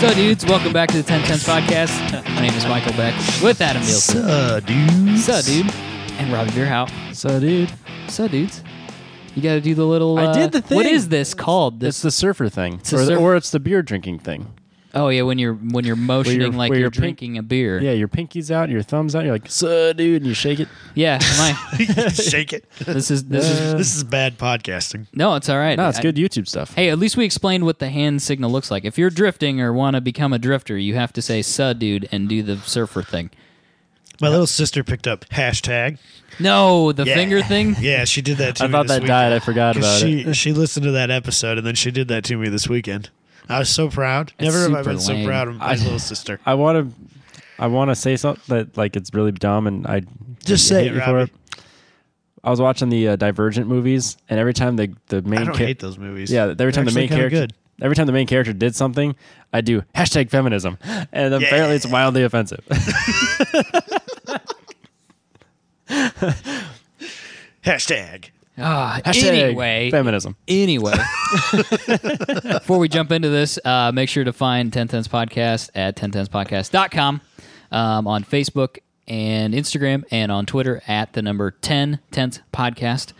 So, dudes, welcome back to the 1010s podcast. My name is Michael Beck with Adam Nielsen. Suh, dude. So, dude, and Robbie Beerhout. So, dude, So, dudes, you got to do the little. I uh, did the What thing. is this called? it's This. the surfer thing, a or, the- surf- or it's the beer drinking thing. Oh yeah, when you're when you're motioning you're- like where you're, you're pink- drinking a beer. Yeah, your pinky's out, your thumb's out. You're like, so, dude, and you shake it. Yeah, my, Shake it. this is this is This is bad podcasting. no, it's all right. Uh, No, it's I- good YouTube stuff. Hey, at least we explained what the hand signal looks like. If you're drifting or want to become a drifter, you have to say "suh, dude" and do the surfer thing. My little sister picked up hashtag. No, the Yeah. finger thing. Yeah, she did that to I me thought this that weekend. died. I forgot 'Cause about she, it. She listened to that episode and then she did that to me this weekend. I was so proud. Never have I super been so lame. proud of my I- little sister. I want to, I want to say something that like it's really dumb, and I Just I say hate it, you for Robbie. I was watching the uh, Divergent movies, and every time the the main I don't cha- hate those movies. yeah, every time the They're main actually kinda character good. every time the main character did something, I do hashtag feminism, and apparently it's wildly offensive. Hashtag. Ah, hashtag anyway, feminism. Anyway, before we jump into this, uh, make sure to find 1010s Podcast at 1010spodcast.com um, on Facebook and Instagram and on Twitter at the number 1010s Podcast.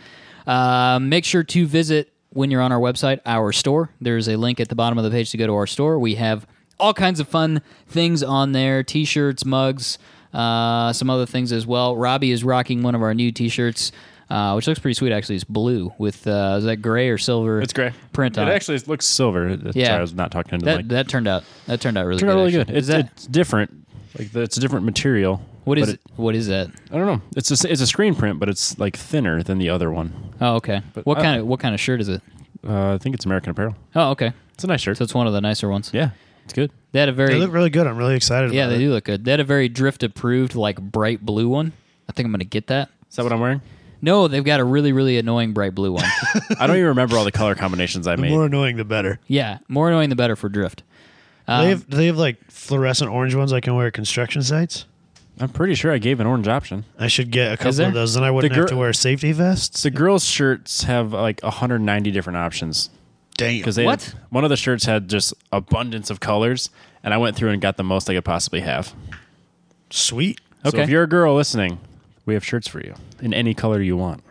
Uh, make sure to visit, when you're on our website, our store. There's a link at the bottom of the page to go to our store. We have all kinds of fun things on there t shirts, mugs, uh, some other things as well. Robbie is rocking one of our new t shirts, uh, which looks pretty sweet actually. It's blue with uh, is that gray or silver? It's gray. Print on It it. actually looks silver. Yeah. Sorry, I was not talking into the mic. that that turned out that turned out really turned good. out really good. actually. It's, Is that it's different. Like the- it's a different material. what is but it, what is that? I don't know. It's a it's a screen print, but it's like thinner than the other one. Oh okay. What I- kind of what kind of shirt is it? Uh, I think it's American Apparel. Oh okay. It's a nice shirt. So it's one of the nicer ones. yeah, it's good. They had a very They look really good. I'm really excited yeah about they it. do look good. They had a very drift approved like bright blue one. I think I'm gonna get that. Is that what I'm wearing? No, they've got a really really annoying bright blue one. I don't even remember all the color combinations I The made. more annoying, the better. yeah, more annoying the better for drift. they have do they have like fluorescent orange ones I can wear at construction sites. I'm pretty sure I gave an orange option. I should get a couple there? of those, then I wouldn't gir- have to wear safety vests. The girls' shirts have like 190 different options Damn. because they What? one of the shirts had just abundance of colors, and I went through and got the most I could possibly have. Sweet. So Okay. if you're a girl listening, we have shirts for you in any color you want.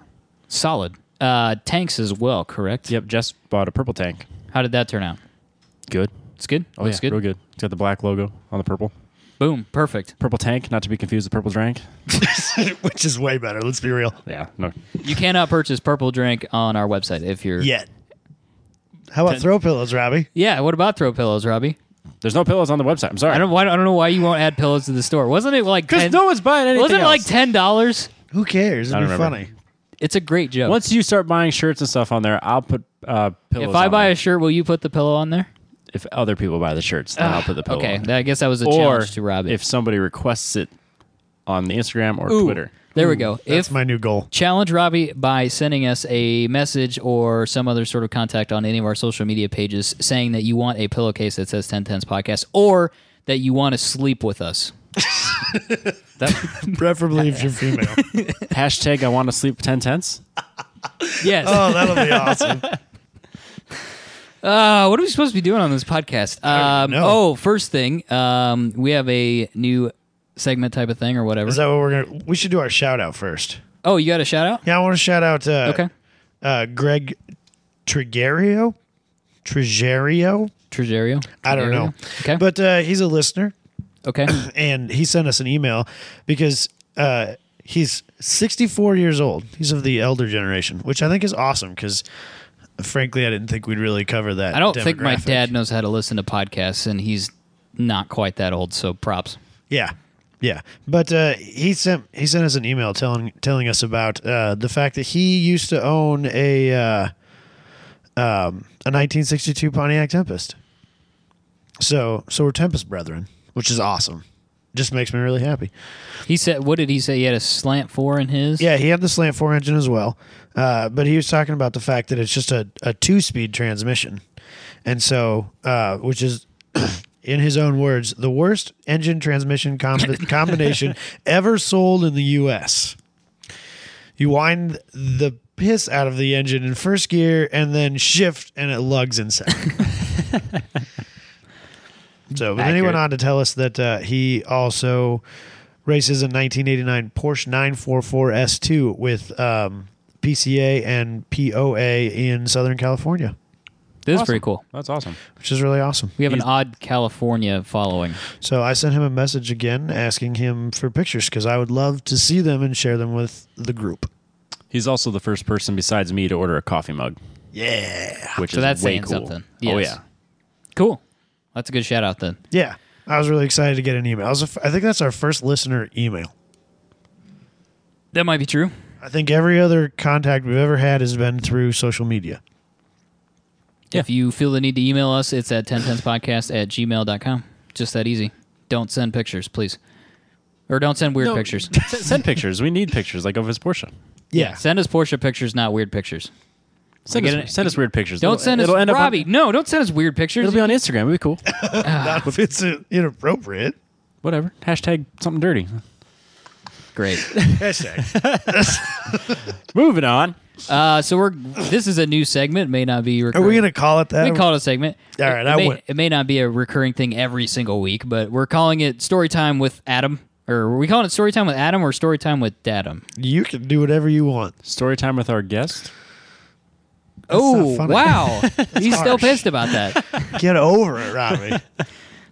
Solid. Uh, tanks as well, correct? Yep, Jess bought a purple tank. How did that turn out? Good. It's good. Oh, Looks yeah, good. real good. It's got the black logo on the purple. Boom. Perfect. Purple tank, not to be confused with purple drank. Which is way better. Let's be real. Yeah, no. You cannot purchase purple drink on our website if you're Yet. How about throw pillows, Robbie? Yeah, what about throw pillows, Robbie? There's no pillows on the website. I'm sorry. I don't. Why, I don't know why you won't add pillows to the store. Wasn't it like Because 10 no one's buying anything. Wasn't it like else. ten dollars? Who cares? It'd I be don't remember. funny. It's a great joke. Once you start buying shirts and stuff on there, I'll put uh, pillows. if I on buy there. a shirt, will you put the pillow on there? if other people buy the shirts, then I'll put the pillow. Okay, on. that- I guess that was a or challenge to Robbie. if somebody requests it on the Instagram or Ooh, Twitter. there we go. That's If my new goal. challenge Robbie by sending us a message or some other sort of contact on any of our social media pages saying that you want a pillowcase that says 1010s podcast or that you want to sleep with us. That Preferably if you're female. hashtag I want to sleep ten tenths. Yes. oh, that'll be awesome. Uh, what are we supposed to be doing on this podcast? Um, know. oh, first thing, um, we have a new segment type of thing or whatever. Is that what we're gonna? We should do our shout out first. oh, you got a shout out? Yeah, I want to shout out. Uh, Okay. Uh, Greg Trigerio. Trigerio. Tregerio. I don't Tregerio? know. Okay. But uh, he's a listener. okay. and he sent us an email because uh, he's 64 years old. He's of the elder generation, which I think is awesome because, frankly, I didn't think we'd really cover that. I don't think my demographic. dad knows how to listen to podcasts, and he's not quite that old. So props. Yeah, yeah. But uh, he sent he sent us an email telling telling us about uh, the fact that he used to own a uh, um, a 1962 Pontiac Tempest. So so we're Tempest brethren, which is awesome. Just makes me really happy. He said, "What did he say? He had a slant four in his." Yeah, he had the slant four engine as well, uh, but he was talking about the fact that it's just a, a two speed transmission, and so uh, which is, in his own words, the worst engine transmission combi combination ever sold in the U.S. You wind the piss out of the engine in first gear and then shift, and it lugs in second. So, but then he Accurate. went on to tell us that uh, he also races a 1989 Porsche 944 S2 with um, PCA and POA in Southern California, This Awesome. is pretty cool. That's awesome. which is really awesome. We have an He's- odd California following. So I sent him a message again asking him for pictures because I would love to see them and share them with the group. He's also the first person besides me to order a coffee mug, Yeah. which So is that's way saying cool. something. Oh Yes. yeah. Cool. That's a good shout out then. Yeah. I was really excited to get an email. I, was a f- I think that's our first listener email. That might be true. I think every other contact we've ever had has been through social media. Yeah. If you feel the need to email us, it's at 1010spodcast at gmail.com. Just that easy. Don't send pictures, please. Or don't send weird No, pictures. s- Send pictures. We need pictures, like of his Porsche. Yeah. Send us Porsche pictures, not weird pictures. Send, get us, it. send us weird pictures. Don't It'll- send us it'll end up on- Robbie. no, don't send us weird pictures. it'll be on Instagram. It'll be cool. Not if it's uh, inappropriate. Whatever. Hashtag something dirty. Great. Hashtag. Moving on. Uh, so we're this is a new segment. May not be. Are Recurring. we going to call it that? We call it a segment. All right, It, it I may, would- it may not be a recurring thing every single week, but we're calling it story time with Adam. Or are we calling it story time with Adam or story time with Dadum? you can do whatever you want. Story time with our guest. Oh funny. wow, he's still harsh. pissed about that. Get over it, Robbie.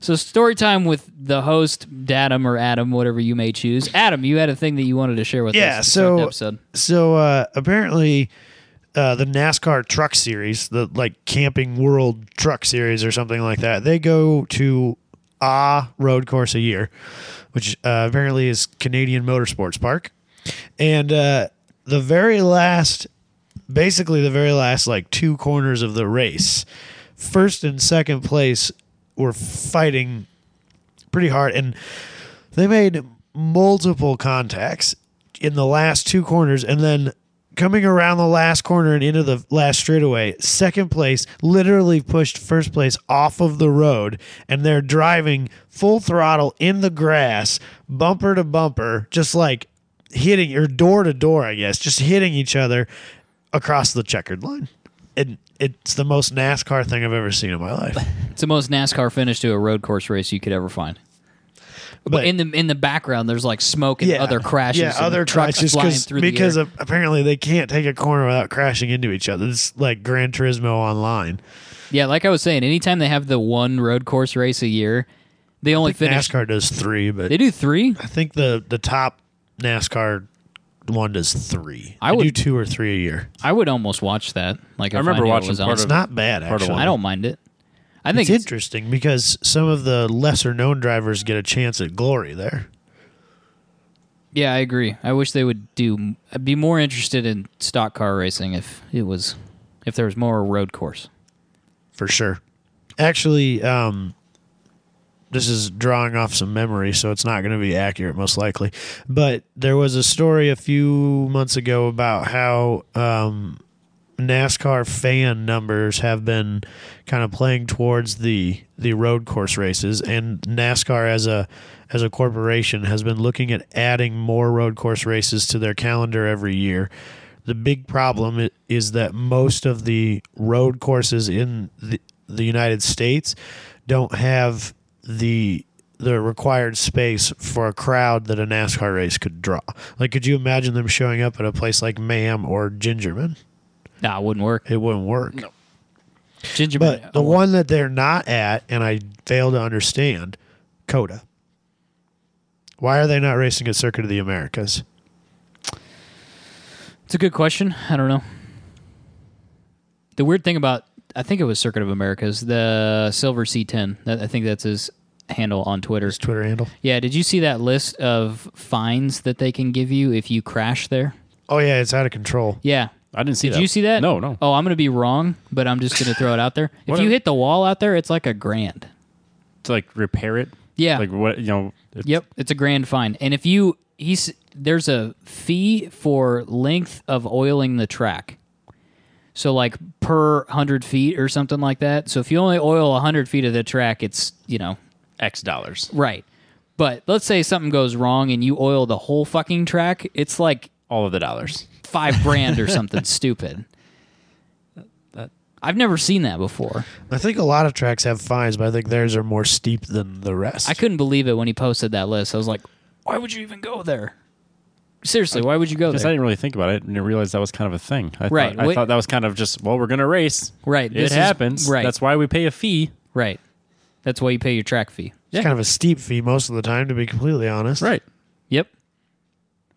So story time with the host Dadum or Adam, whatever you may choose. Adam, you had a thing that you wanted to share with yeah. us. this So, episode. so uh, apparently, uh, the NASCAR Truck Series, the like Camping World Truck Series or something like that, they go to Ah Road Course a year, which uh, apparently is Canadian Motorsports Park, and uh, the very last, basically the very last like two corners of the race, first and second place were fighting pretty hard and they made multiple contacts in the last two corners and then coming around the last corner and into the last straightaway second place literally pushed first place off of the road and they're driving full throttle in the grass bumper to bumper just like hitting or door to door i guess just hitting each other across the checkered line and it's the most nascar thing i've ever seen in my life It's the most NASCAR finish to a road course race you could ever find. But But- in the in the background, there's like smoke and other crashes. Yeah, and other trucks crashes flying 'cause- through the because air. of, apparently they can't take a corner without crashing into each other. It's like Gran Turismo online. yeah, like I was saying, anytime they have the one road course race a year, they only finish. NASCAR does three, but They do three. I think the the top NASCAR one does three. I I do would- two or three a year. I would almost watch that. Like if I remember knew it watching was on. part of- It's not bad Part of actually. one. I don't mind it. I think It's it's, interesting because some of the lesser known drivers get a chance at glory there. yeah, I agree. I wish they would do. I'd be more interested in stock car racing if it was, if there was more road course. for sure. Actually, um, this is drawing off some memory, so it's not going to be accurate, most likely. But there was a story a few months ago about how um, NASCAR fan numbers have been kind of playing towards the the road course races, and NASCAR as a as a corporation has been looking at adding more road course races to their calendar every year. The big problem i- is that most of the road courses in the, the United States don't have the the required space for a crowd that a NASCAR race could draw. Like, could you imagine them showing up at a place like Mam or Gingerman? Nah, it wouldn't work. it wouldn't work. Gingerbread. But the one that they're not at, and I fail to understand, Coda. Why are they not racing at Circuit of the Americas? It's a good question. I don't know. The weird thing about I think it was Circuit of America's the Silver C10. That, I think that's his handle on Twitter. His Twitter handle. Yeah, did you see that list of fines that they can give you if you crash there? Oh yeah, it's out of control. Yeah. I didn't see Did that. you see that? No, no. Oh, I'm going to be wrong, but I'm just going to throw it out there. if What you a- hit the wall out there, it's like a grand. To like repair it. Yeah. Like what you know. it's- Yep, it's a grand fine. And if you he's there's a fee for length of oiling the track. So like per 100 feet or something like that. So if you only oil 100 feet of the track, it's, you know, X dollars. right. But let's say something goes wrong and you oil the whole fucking track, it's like All of the dollars. 5 grand or something stupid. I've never seen that before. I think a lot of tracks have fines, but I think theirs are more steep than the rest. I couldn't believe it when he posted that list. I was like, why would you even go there? Seriously, why would you go Because I there? didn't really think about it and realize that was kind of a thing. I Right, Thought, I wait- thought that was kind of just, well, we're going to race. Right, It this is- happens. right. That's why we pay a fee. Right. That's why you pay your track fee. it's kind of a steep fee most of the time, to be completely honest. Right. Yep.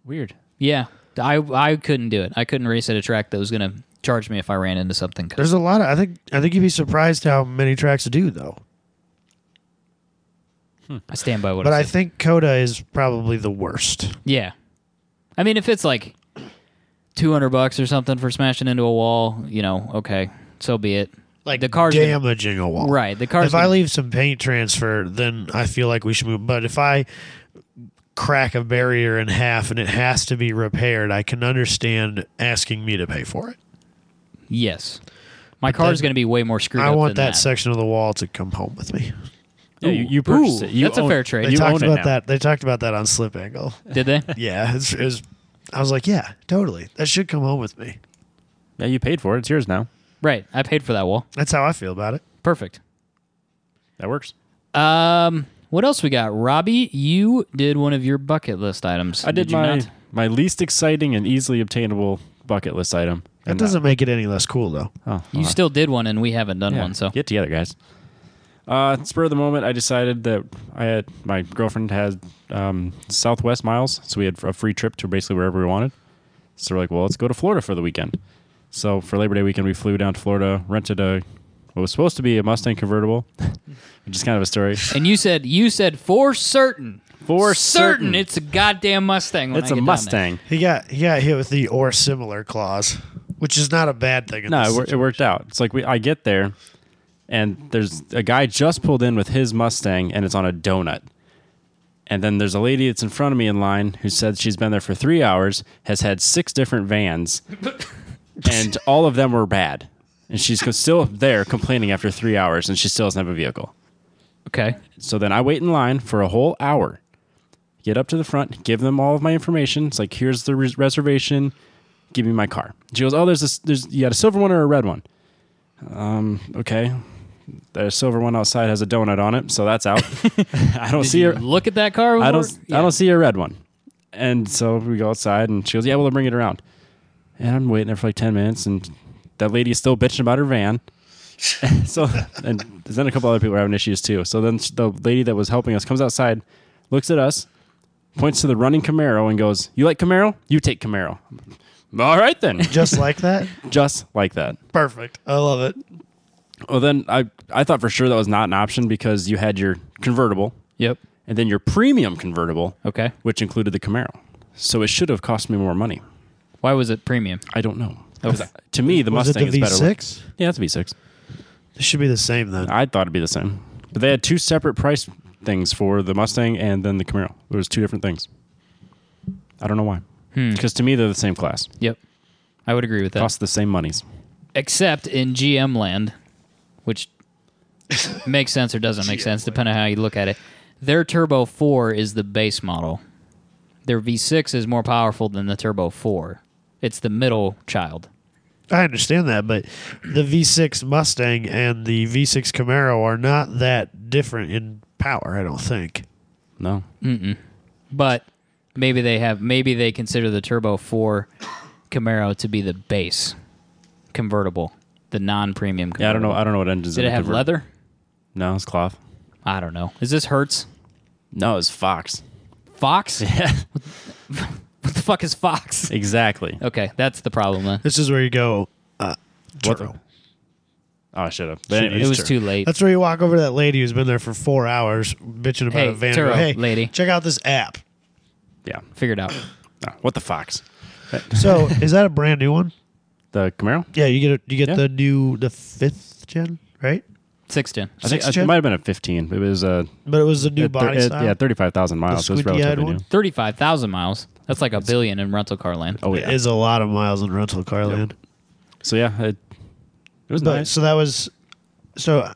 Weird. Yeah. I I couldn't do it. I couldn't race at a track that was going to charge me if I ran into something. There's a lot of. I think. I think you'd be surprised how many tracks do though. I stand by what But I I said. think Coda is probably the worst. yeah. I mean, if it's like 200 bucks or something for smashing into a wall, you know, okay, so be it. Like the car's gonna- damaging a wall. right, the car's If I gonna- leave some paint transfer, then I feel like we should move. But if I crack a barrier in half and it has to be repaired, I can understand asking me to pay for it. Yes. My car's then- going to be way more screwed I up want than that, that. section of the wall to come home with me. Yeah, you, Ooh. you purchased Ooh, it. You that's a own- fair trade. They You own talked it about now. that. They talked about that on Slip Angle. Did they? Yeah, it's, it was, I was like, yeah, totally. That should come home with me. Yeah, you paid for it. It's yours now. Right. I paid for that wall. That's how I feel about it. Perfect. That works. Um, what else we got? Robbie, you did one of your bucket list items. I did, you my not? my least exciting and easily obtainable bucket list item. That And, uh, doesn't make it any less cool though. Oh, You well, still did one, and we haven't done yeah, one. So get together, guys. Uh, spur of the moment, I decided that I had my girlfriend had um, Southwest miles, so we had a free trip to basically wherever we wanted. So we're like, well, let's go to Florida for the weekend. So for Labor Day weekend, we flew down to Florida, rented a what was supposed to be a Mustang convertible, which is kind of a story. and you said you said for certain, For certain. it's a goddamn Mustang. When it's I a get down there. Mustang. He got he got hit with the or similar clause, which is not a bad thing. in No, this it, wor- it situation. worked out. It's like we, I get there, and there's a guy just pulled in with his Mustang, and it's on a donut. And then there's a lady that's in front of me in line who said she's been there for three hours, has had six different vans, and all of them were bad. And she's co- still there complaining after three hours, and she still doesn't have a vehicle. Okay, So then I wait in line for a whole hour. Get up to the front, give them all of my information. It's like, here's the res- reservation. Give me my car. She goes, oh, there's this. There's you got a silver one or a red one. Um, okay. The silver one outside has a donut on it, so that's out. I don't see you her. look at that car. before? I don't. Yeah. I don't see a red one. And so we go outside, and she goes, "Yeah, well, I'll bring it around." And I'm waiting there for like ten minutes, and that lady is still bitching about her van. so, and then a couple other people are having issues too. So then the lady that was helping us comes outside, looks at us, points to the running Camaro, and goes, "You like Camaro? You take Camaro." All right then, just like that. just like that. Perfect. I love it. Well, then I I thought for sure that was not an option because you had your convertible Yep. and then your premium convertible, Okay. which included the Camaro. So it should have cost me more money. Why was it premium? I don't know. 'Cause To me, the Was it Mustang the is better. Ah. V6? Yeah, it's a V6. It should be the same then. I thought it'd be the same, but they had two separate price things for the Mustang and then the Camaro. It was two different things. I don't know why. Hmm. Because to me, they're the same class. Yep. I would agree with that. Cost the same monies. except in GM land, which makes sense or doesn't make sense depending on how you look at it. Their Turbo 4 is the base model. Their V6 is more powerful than the Turbo 4. It's the middle child. I understand that, but the V6 Mustang and the V6 Camaro are not that different in power. I don't think. No. But maybe they have maybe they consider the Turbo 4 Camaro to be the base convertible, the non-premium convertible. Yeah, I don't know. I don't know what engines. Did in it the have convert- leather? No, it's cloth. I don't know. Is this Hertz? No, it's Fox. Fox? Yeah, What the fuck is Fox? exactly. Okay, that's the problem then. This is where you go. Uh, What Turo. the- Oh, I should have. But Should've It anyways, was too late. That's where you walk over to that lady who's been there for four hours bitching about Hey, a van. Turo, hey, lady. check out this app. yeah. Figured out. No, what the Fox? So, is that a brand new one? The Camaro? Yeah, you get a, you get Yeah. the new the fifth gen, right? Six ten. I think Six I- it gen? might have been a 15. It was a But it was the new at thir- body at- style. yeah, 35,000 miles. So it's squinty-eyed relatively one? new. Thirty-five thousand miles. That's like a billion in rental car land. Oh, It yeah. is a lot of miles in rental car land. So yeah, it, it was But nice. so that was so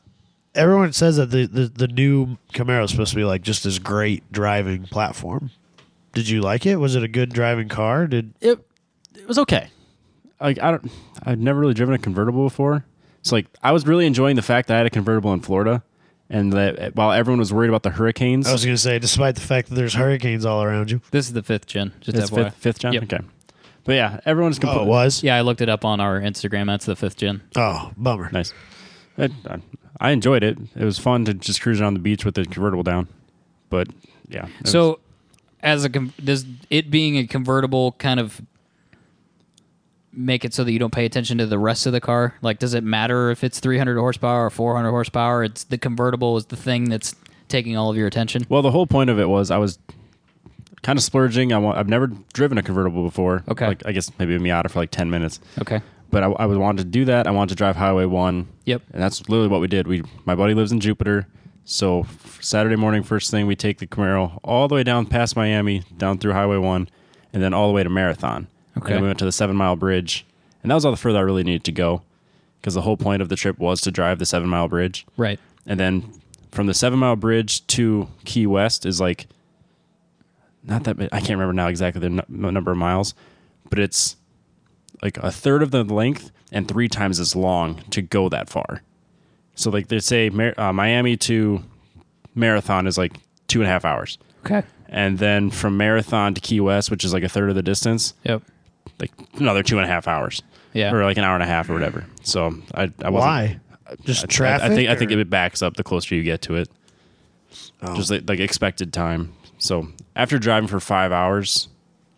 everyone says that the, the the new Camaro is supposed to be like just this great driving platform. Did you like it? Was it a good driving car? Did it it was okay. Like I don't, I've never really driven a convertible before, So like I was really enjoying the fact that I had a convertible in Florida, and that eh, while everyone was worried about the hurricanes, I was going to say, despite the fact that there's hurricanes all around you. This is the fifth gen. Just it's FYI. fifth, fifth John. Yep. Okay, but yeah, everyone's Oh, completely it was? Yeah, I looked it up on our Instagram. That's the fifth gen. Oh, bummer. nice. I, I enjoyed it. It was fun to just cruise around the beach with the convertible down, but yeah. it was- So, as a con- does it being a convertible kind of make it so that you don't pay attention to the rest of the car? Like, does it matter if it's 300 horsepower or 400 horsepower? It's the convertible is the thing that's taking all of your attention. Well, the whole point of it was I was kind of splurging. I want, I've never driven a convertible before. Okay. Like, I guess maybe a Miata for like 10 minutes. Okay. But I, I was- wanted to do that. I wanted to drive Highway 1. Yep. And that's literally what we did. We My buddy lives in Jupiter. So Saturday morning, first thing, we take the Camaro all the way down past Miami, down through Highway 1, and then all the way to Marathon. And Okay. then we went to the Seven Mile Bridge. And that was all the further I really needed to go because the whole point of the trip was to drive the Seven Mile Bridge. Right. And then from the Seven Mile Bridge to Key West is like not that bit. I can't remember now exactly the nu- m- number of miles, but it's like a third of the length and three times as long to go that far. So like they say Mar- uh, Miami to Marathon is like two and a half hours, Okay. and then from Marathon to Key West, which is like a third of the distance, Yep. like another two and a half hours. Yeah. or like an hour and a half or whatever. So I, I wasn't, Why? Just traffic? I, I think I or- think it backs up the closer you get to it. Oh. Just like, like expected time. So after driving for five hours,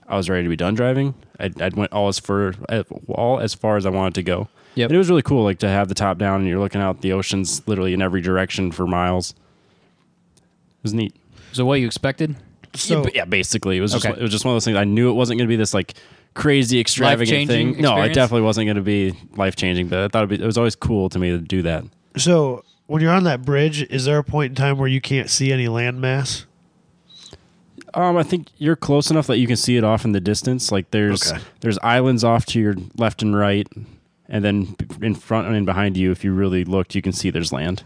I was ready to be done driving. I I went all as far all as far as I wanted to go. Yep. And it was really cool, like to have the top down and you're looking out the oceans literally in every direction for miles. It was neat. So what you expected? So- yeah, but- yeah, basically, it was just Okay. it was just one of those things. I knew it wasn't going to be this like crazy extravagant thing. Life-changing No, it experience? definitely wasn't going to be life changing. But I thought it'd be, it was always cool to me to do that. So when you're on that bridge, is there a point in time where you can't see any landmass? Um, I think you're close enough that you can see it off in the distance. Like there's Okay. there's islands off to your left and right, and then in front and behind you, if you really looked, you can see there's land.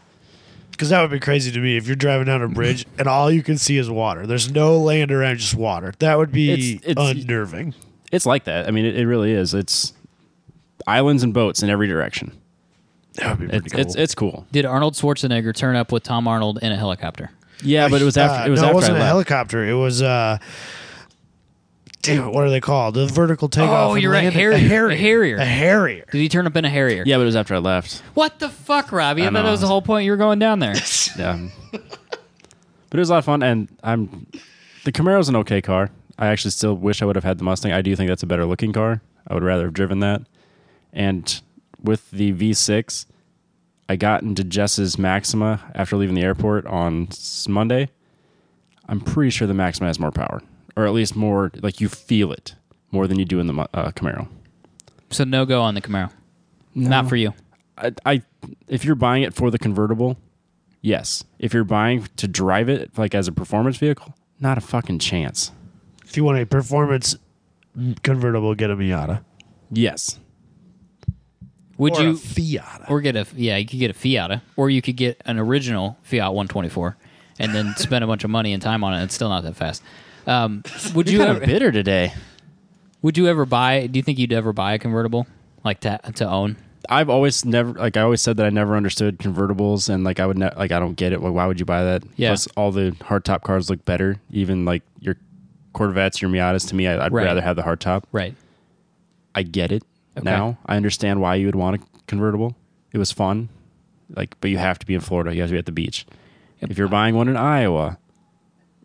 Because that would be crazy to me if you're driving down a bridge and all you can see is water. There's no land around, just water. That would be It's- it's- unnerving. It's like that. I mean, it, it really is. It's islands and boats in every direction. That would be pretty It's cool. it's, it's cool. Did Arnold Schwarzenegger turn up with Tom Arnold in a helicopter? Yeah, but it was after Uh, it was no, after it wasn't I a left. helicopter. It was uh, damn, it, what are they called? The vertical takeoff. Oh, and you're right. landing- Harrier. A Harrier. A Harrier. A Harrier. Did he turn up in a Harrier? Yeah, but it was after I left. What the fuck, Robbie? I, I thought that know. was the whole point. You were going down there. Yeah. but it was a lot of fun, and I'm the Camaro's an okay car. I actually still wish I would have had the Mustang. I do think that's a better looking car. I would rather have driven that. And with the V6, I got into Jess's Maxima after leaving the airport on s- Monday. I'm pretty sure the Maxima has more power, or at least more like you feel it more than you do in the Mu- uh, Camaro. So no go on the Camaro. Not for you. I, I if you're buying it for the convertible, yes. If you're buying to drive it like as a performance vehicle, not a fucking chance. If you want a performance convertible, get a Miata. Yes. Would or you a Fiat? or get a yeah? You could get a Fiata, or you could get an original Fiat 124, and then spend a bunch of money and time on it. It's still not that fast. Um, would you ever, bitter today. would you ever buy? Do you think you'd ever buy a convertible like to to own? I've always never like I always said that I never understood convertibles and like I would ne- like I don't get it. Like why would you buy that? Yeah. Plus all the hardtop cars look better. Even like your Corvettes, your Miatas. To me, I, I'd Right. rather have the hardtop. Right. I get it now. I understand why you would want a convertible. It was fun, like, but you have to be in Florida. You have to be at the beach. If you're buying one in Iowa,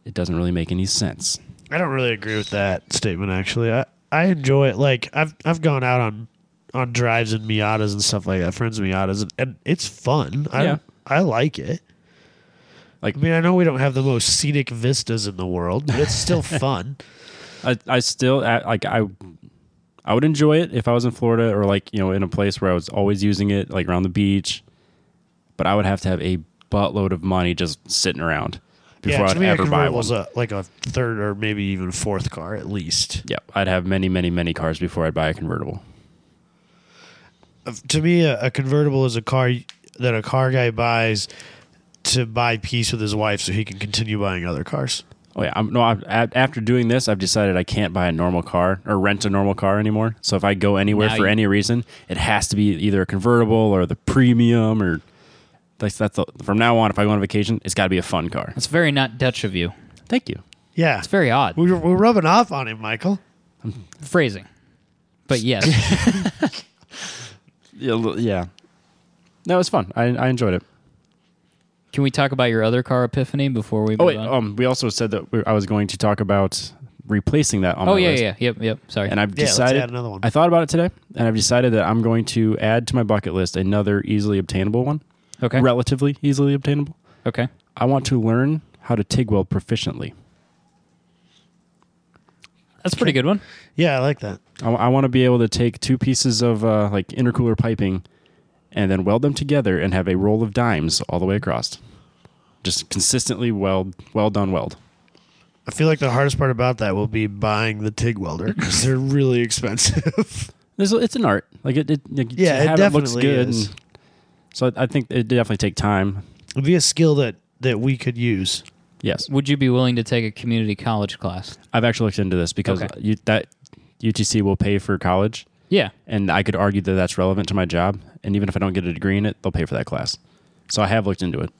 it doesn't really make any sense. I don't really agree with that statement. Actually, I I enjoy it. Like I've I've gone out on on drives and Miatas and stuff like that, friends Miatas, and, and it's fun. I Yeah. I like it. Like- I mean, I know we don't have the most scenic vistas in the world, but it's still fun. I, I still I, like I, I would enjoy it if I was in Florida or like you know in a place where I was always using it, like around the beach. But I would have to have a buttload of money just sitting around before yeah, to I'd me, a ever buy convertible one. is a, like a third or maybe even fourth car at least. yeah, I'd have many, many, many cars before I'd buy a convertible. Of- Uh, To me, a, a convertible is a car y- that a car guy buys to buy peace with his wife so he can continue buying other cars. Oh yeah, I'm, no. I, a- after doing this, I've decided I can't buy a normal car or rent a normal car anymore. So if I go anywhere Now for you- any reason, it has to be either a convertible or the premium or that's that's the, from now on. If I go on vacation, it's got to be a fun car. It's very not Dutch of you. Thank you. Yeah. It's very odd we're, we're rubbing off on him, Michael. phrasing, but yes, Yeah, l- yeah. No, it's fun. I, I enjoyed it. can we talk about your other car epiphany before we move Oh wait, on? um, we also said that we, I was going to talk about replacing that on oh my yeah, list. yeah, yep, yep. Sorry, And I've Yeah, let's decided add another one. I thought about it today, and I've decided that I'm going to add to my bucket list another easily obtainable one, okay, relatively easily obtainable. okay. I want to learn how to TIG weld proficiently. That's a pretty good one. Yeah, I like that. I, want to be able to take two pieces of uh, like intercooler piping and then weld them together and have a roll of dimes all the way across. Just consistently weld, weld on weld. I feel like the hardest part about that will be buying the TIG welder because they're really expensive. There's, it's an art. Like it, it like Yeah, to it have definitely looks good. is. and- so I, I think it definitely take time. It'd be a skill that that we could use. Yes, Would you be willing to take a community college class? I've actually looked into this because Okay. you, that UTC will pay for college, Yeah, and I could argue that that's relevant to my job. And even if I don't get a degree in it, they'll pay for that class. So I have looked into it.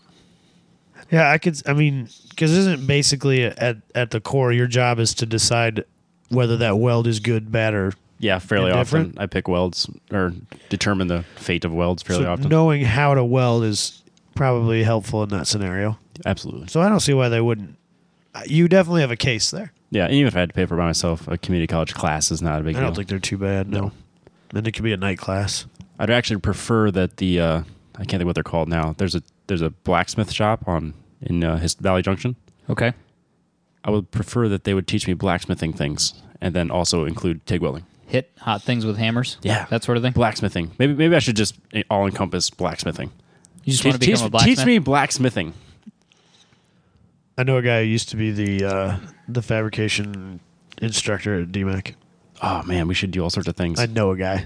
Yeah, I could. I mean, because isn't basically at at the core your job is to decide whether that weld is good, bad, or Yeah, fairly often Indifferent? I pick welds or determine the fate of welds fairly so often. knowing how to weld is probably helpful in that scenario. Absolutely. So I don't see why they wouldn't. Uh, You definitely have a case there. Yeah, and even if I had to pay for it by myself, a community college class is not a big I don't deal. think they're too bad. No, and it could be a night class. I'd actually prefer that the uh, I can't think what they're called now. There's a there's a blacksmith shop on in uh, his Valley Junction. okay. I would prefer that they would teach me blacksmithing things and then also include TIG welding. Hit hot things with hammers. Yeah. that sort of thing. Blacksmithing. Maybe maybe I should just all encompass blacksmithing. You just Teach, want to become teach- a blacksmith. teach me blacksmithing. I know a guy who used to be the uh, the fabrication instructor at DMAC. Oh man, we should do all sorts of things. I know a guy.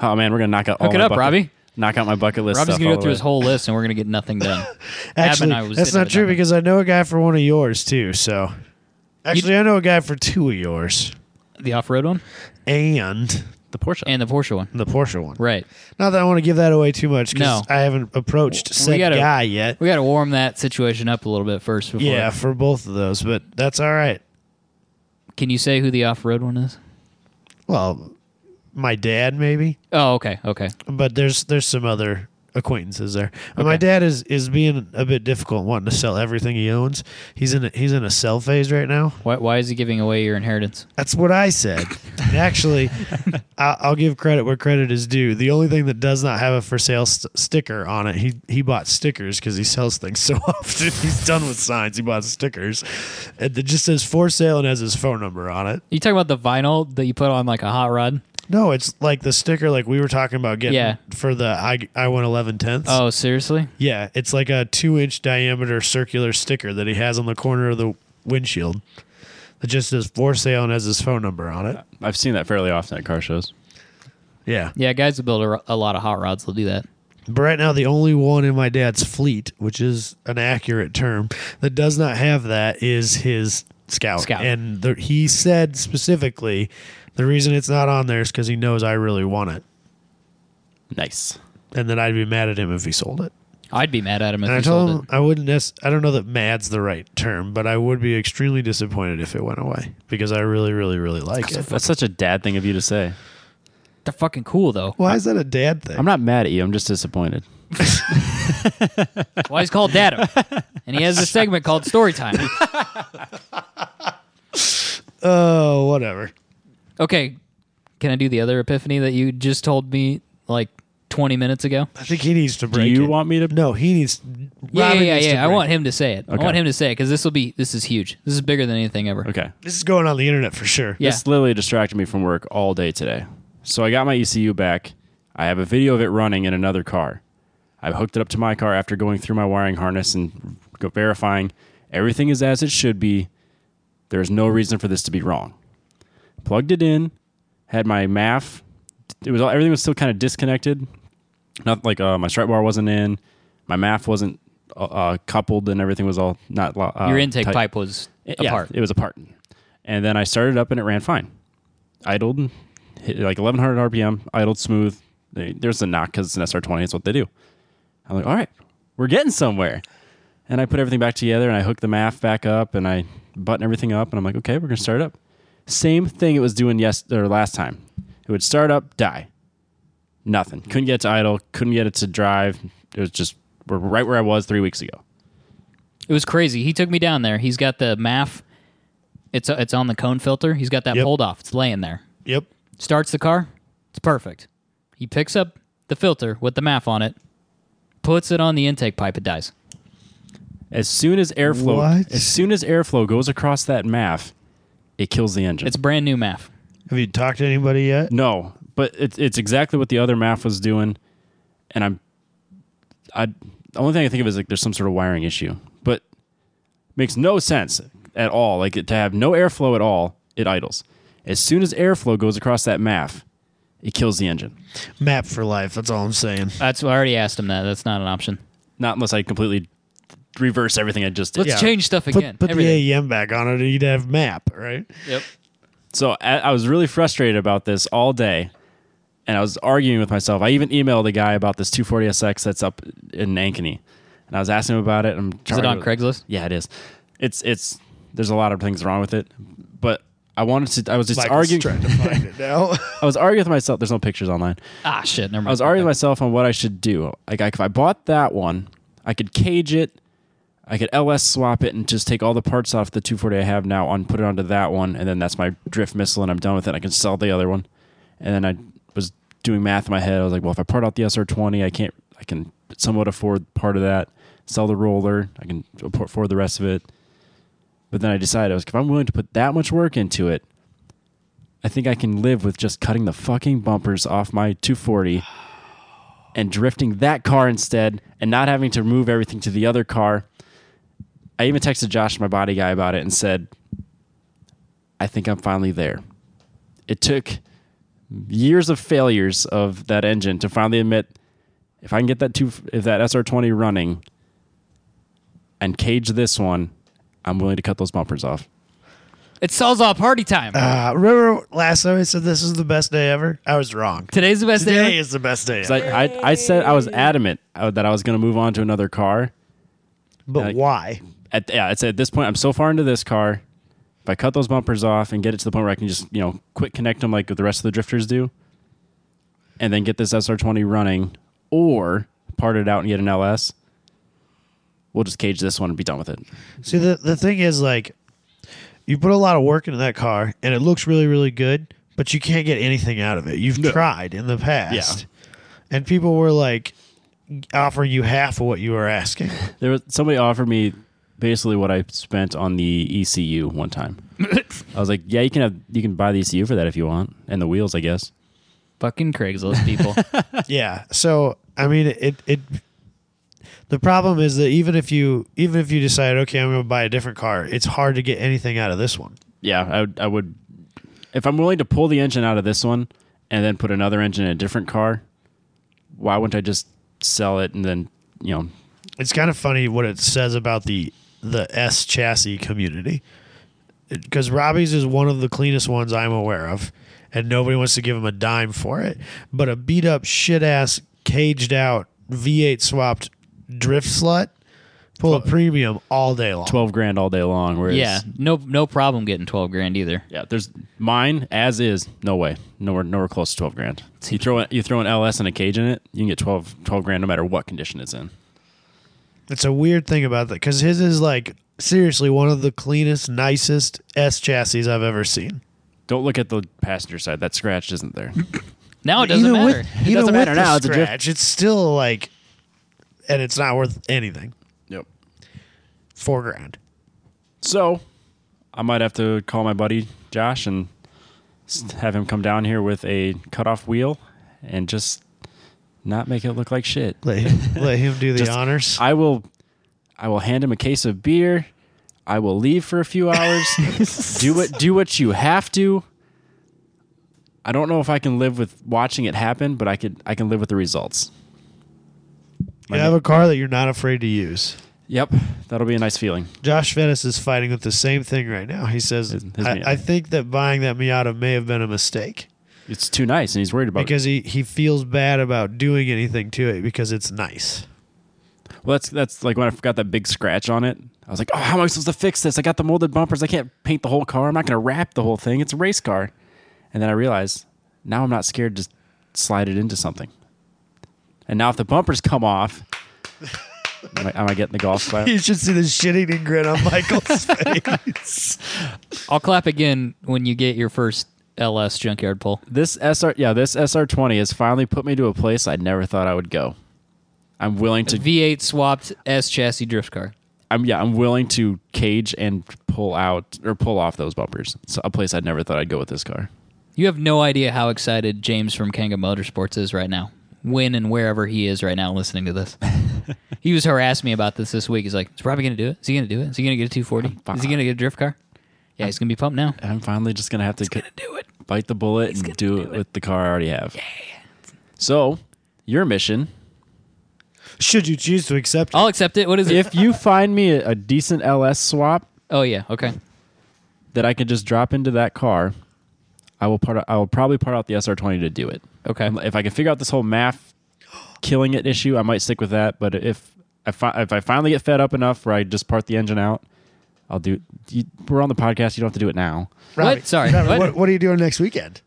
oh man, we're gonna knock out. all Hook it my up, bucket- Robbie. Knock out my bucket list. Robbie's stuff gonna all go the through way. his whole list, and we're gonna get nothing done. Actually, I was that's sitting not with true that one. because I know a guy for one of yours too. So, actually, I know a guy for two of yours the off-road one and the Porsche. and the Porsche one. the Porsche one. Right. Not that I want to give that away too much No. because I haven't approached We said gotta- guy yet. We got to warm that situation up a little bit first. Before Yeah, for both of those, but that's all right. Can you say who the off-road one is? Well, my dad maybe, Oh, okay, okay. but there's there's some other acquaintances there. But My dad is is being a bit difficult, wanting to sell everything he owns. He's in a, he's in a sell phase right now. Why, why is he giving away your inheritance? That's what I said. And actually, I- I'll give credit where credit is due. The only thing that does not have a for sale st- sticker on it, he he bought stickers because he sells things so often. He's done with signs. He bought stickers. And It just says for sale and has his phone number on it. you talking about the vinyl that you put on like a hot rod? No, it's like the sticker like we were talking about getting Yeah. for the I I one eleven tenths. Oh, seriously? yeah, it's like a two inch diameter circular sticker that he has on the corner of the windshield. That just says for sale and has his phone number on it. I've seen that fairly often at car shows. Yeah. Yeah, guys that build a, ro- a lot of hot rods will do that. But right now, the only one in my dad's fleet, which is an accurate term, that does not have that is his scout. Scout. And the, he said specifically, the reason it's not on there is because he knows I really want it, Nice. and that I'd be mad at him if he sold it. I'd be mad at him if and I he told sold him I wouldn't. Nec- I don't know that "mad's" the right term, but I would be extremely disappointed if it went away because I really, really, really like it. That's such a dad thing of you to say. it. They're fucking cool though. Why is that a dad thing? I'm not mad at you. I'm just disappointed. Why he's called Dado? and he has a segment called Story Time. oh, whatever. Okay, can I do the other epiphany that you just told me like 20 minutes ago? I think he needs to Do break. you it. want me to? No, he needs. Yeah, Robin yeah, needs yeah. to yeah. I break want him to say it. I Okay. want him to say it because this will be this is huge. This is bigger than anything ever. Okay. This is going on the internet for sure. Yeah. This literally distracted me from work all day today. So I got my ECU back. I have a video of it running in another car. I hooked it up to my car after going through my wiring harness and go- verifying everything is as it should be. There is no reason for this to be wrong. Plugged it in, had my MAF. It was all, everything was still kind of disconnected. Not like uh, my stripe bar wasn't in, my MAF wasn't uh, coupled and everything was all not. lo- Uh, Your intake tight. pipe was It- yeah, apart. It was apart. And then I started up and it ran fine. Idled, hit like 1100 RPM, idled smooth. They- There's a knock because it's an SR20. It's what they do. I'm like, all right, we're getting somewhere. And I put everything back together and I hooked the MAF back up and I button everything up and I'm like, okay, we're going to start up. Same thing it was doing yes or last time. It would start up, die. Nothing. Couldn't get it to idle, couldn't get it to drive. It was just we're right where I was three weeks ago. It was crazy. He took me down there. He's got the MAF. It's uh, it's on the cone filter. He's got that Yep. pulled off. It's laying there. Yep. Starts the car. It's perfect. He picks up the filter with the MAF on it, puts it on the intake pipe. It dies. As soon as airflow, What? as soon as airflow goes across that MAF, it kills the engine. It's brand new MAF. Have you talked to anybody yet? no, but it's it's exactly what the other MAF was doing, and I'm, I the only thing I think of is like there's some sort of wiring issue, but makes no sense at all. Like to have no airflow at all, it idles. As soon as airflow goes across that MAF, it kills the engine. Map for life. That's all I'm saying. That's I already asked him that. That's not an option. Not unless I completely reverse everything I just did. Let's Yeah. change stuff again. Put, put the Everything. AEM back on it. and You'd have map, right? Yep. So I, I was really frustrated about this all day, and I was arguing with myself. I even emailed a guy about this 240SX that's up in Nankini, and I was asking him about it. I'm Is trying it on to- Craigslist? Yeah, it is. It's it's. There's a lot of things wrong with it, but I wanted to. I was just Michael's arguing. trying to find it now. I was arguing with myself. There's no pictures online. Ah, shit. Never mind. I was arguing with myself on what I should do. Like, I, if I bought that one, I could cage it, I could LS swap it, and just take all the parts off the 240 I have now and put it onto that one, and then that's my drift missile, and I'm done with it. I can sell the other one, and then I was doing math in my head. I was like, well, if I part out the SR20, I can't. I can somewhat afford part of that. Sell the roller, I can afford the rest of it. But then I decided, I was, if I'm willing to put that much work into it. I think I can live with just cutting the fucking bumpers off my 240 and drifting that car instead and not having to move everything to the other car. I even texted Josh, my body guy, about it and said, I think I'm finally there. It took years of failures of that engine to finally admit if I can get that two if that SR20 running and cage this one, I'm willing to cut those bumpers off. It's Sawzall party time. Uh, remember last time I said this is the best day ever? I was wrong. Today's the best Today day. is the best day 'Cause I, ever. I, I said I was adamant uh, that I was going to move on to another car. But like- why? at yeah, it's at this point I'm so far into this car. If I cut those bumpers off and get it to the point where I can just you know quick connect them like the rest of the drifters do, and then get this SR20 running, or part it out and get an LS. We'll just cage this one and be done with it. See, the, the thing is, like, you put a lot of work into that car and it looks really, really good, but you can't get anything out of it. You've tried in the past. And people were like offering you half of what you were asking. There was somebody offered me basically what I spent on the ECU one time. I was like, yeah, you can have you can buy the ECU for that if you want, and the wheels, I guess. Fucking Craigslist people. yeah. So, I mean, it, it, the problem is that even if you even if you decide okay I'm going to buy a different car, it's hard to get anything out of this one. yeah, I would, I would. If I'm willing to pull the engine out of this one and then put another engine in a different car, why wouldn't I just sell it and then you know? it's kind of funny what it says about the the S chassis community because Robbie's is one of the cleanest ones I'm aware of, and nobody wants to give him a dime for it. But a beat up shit ass caged out V8 swapped drift slut pull a premium all day long. Twelve grand all day long. Whereas, yeah. No no problem getting 12 grand either. yeah. There's mine as is. No way. Nowhere, nowhere close to twelve grand. You throw it, you throw an LS and a cage in it, you can get 12, 12 grand no matter what condition it's in. It's a weird thing about that because his is like seriously one of the cleanest, nicest S chassis I've ever seen. Don't look at the passenger side. That scratch isn't there. Now it doesn't matter. With, even doesn't with matter the now, it's a drift- scratch, it's still like, and it's not worth anything. yep. Four grand. So, I might have to call my buddy Josh and s- have him come down here with a cutoff wheel and just not make it look like shit. Let him, let him do the Just- honors. I will, I will hand him a case of beer. I will leave for a few hours. do what do what you have to. I don't know if I can live with watching it happen, but I could I can live with the results. you have a car that you're not afraid to use. Yep, that'll be a nice feeling. Josh Vettis is fighting with the same thing right now. He says, His- his Miata. I, I think that buying that Miata may have been a mistake It's too nice, and he's worried about it. because he, he feels bad about doing anything to it because it's nice. Well, that's that's like when I forgot that big scratch on it. I was like, oh, how am I supposed to fix this? I got the molded bumpers. I can't paint the whole car. I'm not going to wrap the whole thing. It's a race car. And then I realized now I'm not scared to slide it into something. And now if the bumpers come off, am I, am I getting the golf clap? You should see the shit eating grin on Michael's face. I'll clap again when you get your first LS junkyard pull. This SR, yeah, this SR20 has finally put me to a place I never thought I would go. I'm willing to, V8 swapped S chassis drift car. I'm yeah, I'm willing to cage and pull out or pull off those bumpers. So a place I'd never thought I'd go with this car. You have no idea how excited James from Kanga Motorsports is right now. When and wherever he is right now listening to this. he was harassing me about this this week. He's like, is Robbie going to do it? Is he going to do it? Is he going to get a 240? Is he going to get a drift car? Yeah, he's going to be pumped now. And I'm finally just gonna have to c- Do it. bite the bullet and do it with the car I already have. So, your mission: should you choose to Oh, accept it? I'll accept it. What is it? if you find me a, a decent LS swap oh, yeah. Okay. that I can just drop into that car, I will part. I will probably part out the SR20 to do it. Um, Okay. If I can figure out this whole math killing it issue, I might stick with that. But if I fi- if I finally get fed up enough where I just part the engine out, I'll do. You, we're on the podcast. You don't have to do it now. Robbie, What? Sorry, Robbie, what? what? What, are you doing next weekend?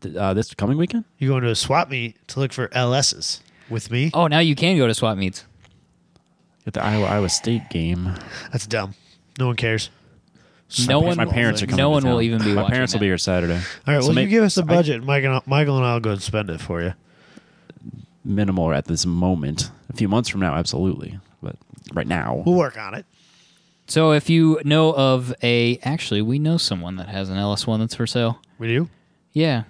Th- Uh, this coming weekend. You going to a swap meet to look for LSs with me? Oh, now you can go to swap meets. At the Iowa Iowa State game, That's dumb. No one cares. no My- one. my parents are coming. No to one will town. even be. My watching parents will that. be here Saturday. All right. So well, may- you give us a I- budget, Mike and I'll, Michael and I'll go and spend it for you. minimal at this moment. A few months from now, absolutely. But right now, We'll work on it. So if you know of a, actually, we know someone that has an LS1 that's for sale. We do. Yeah,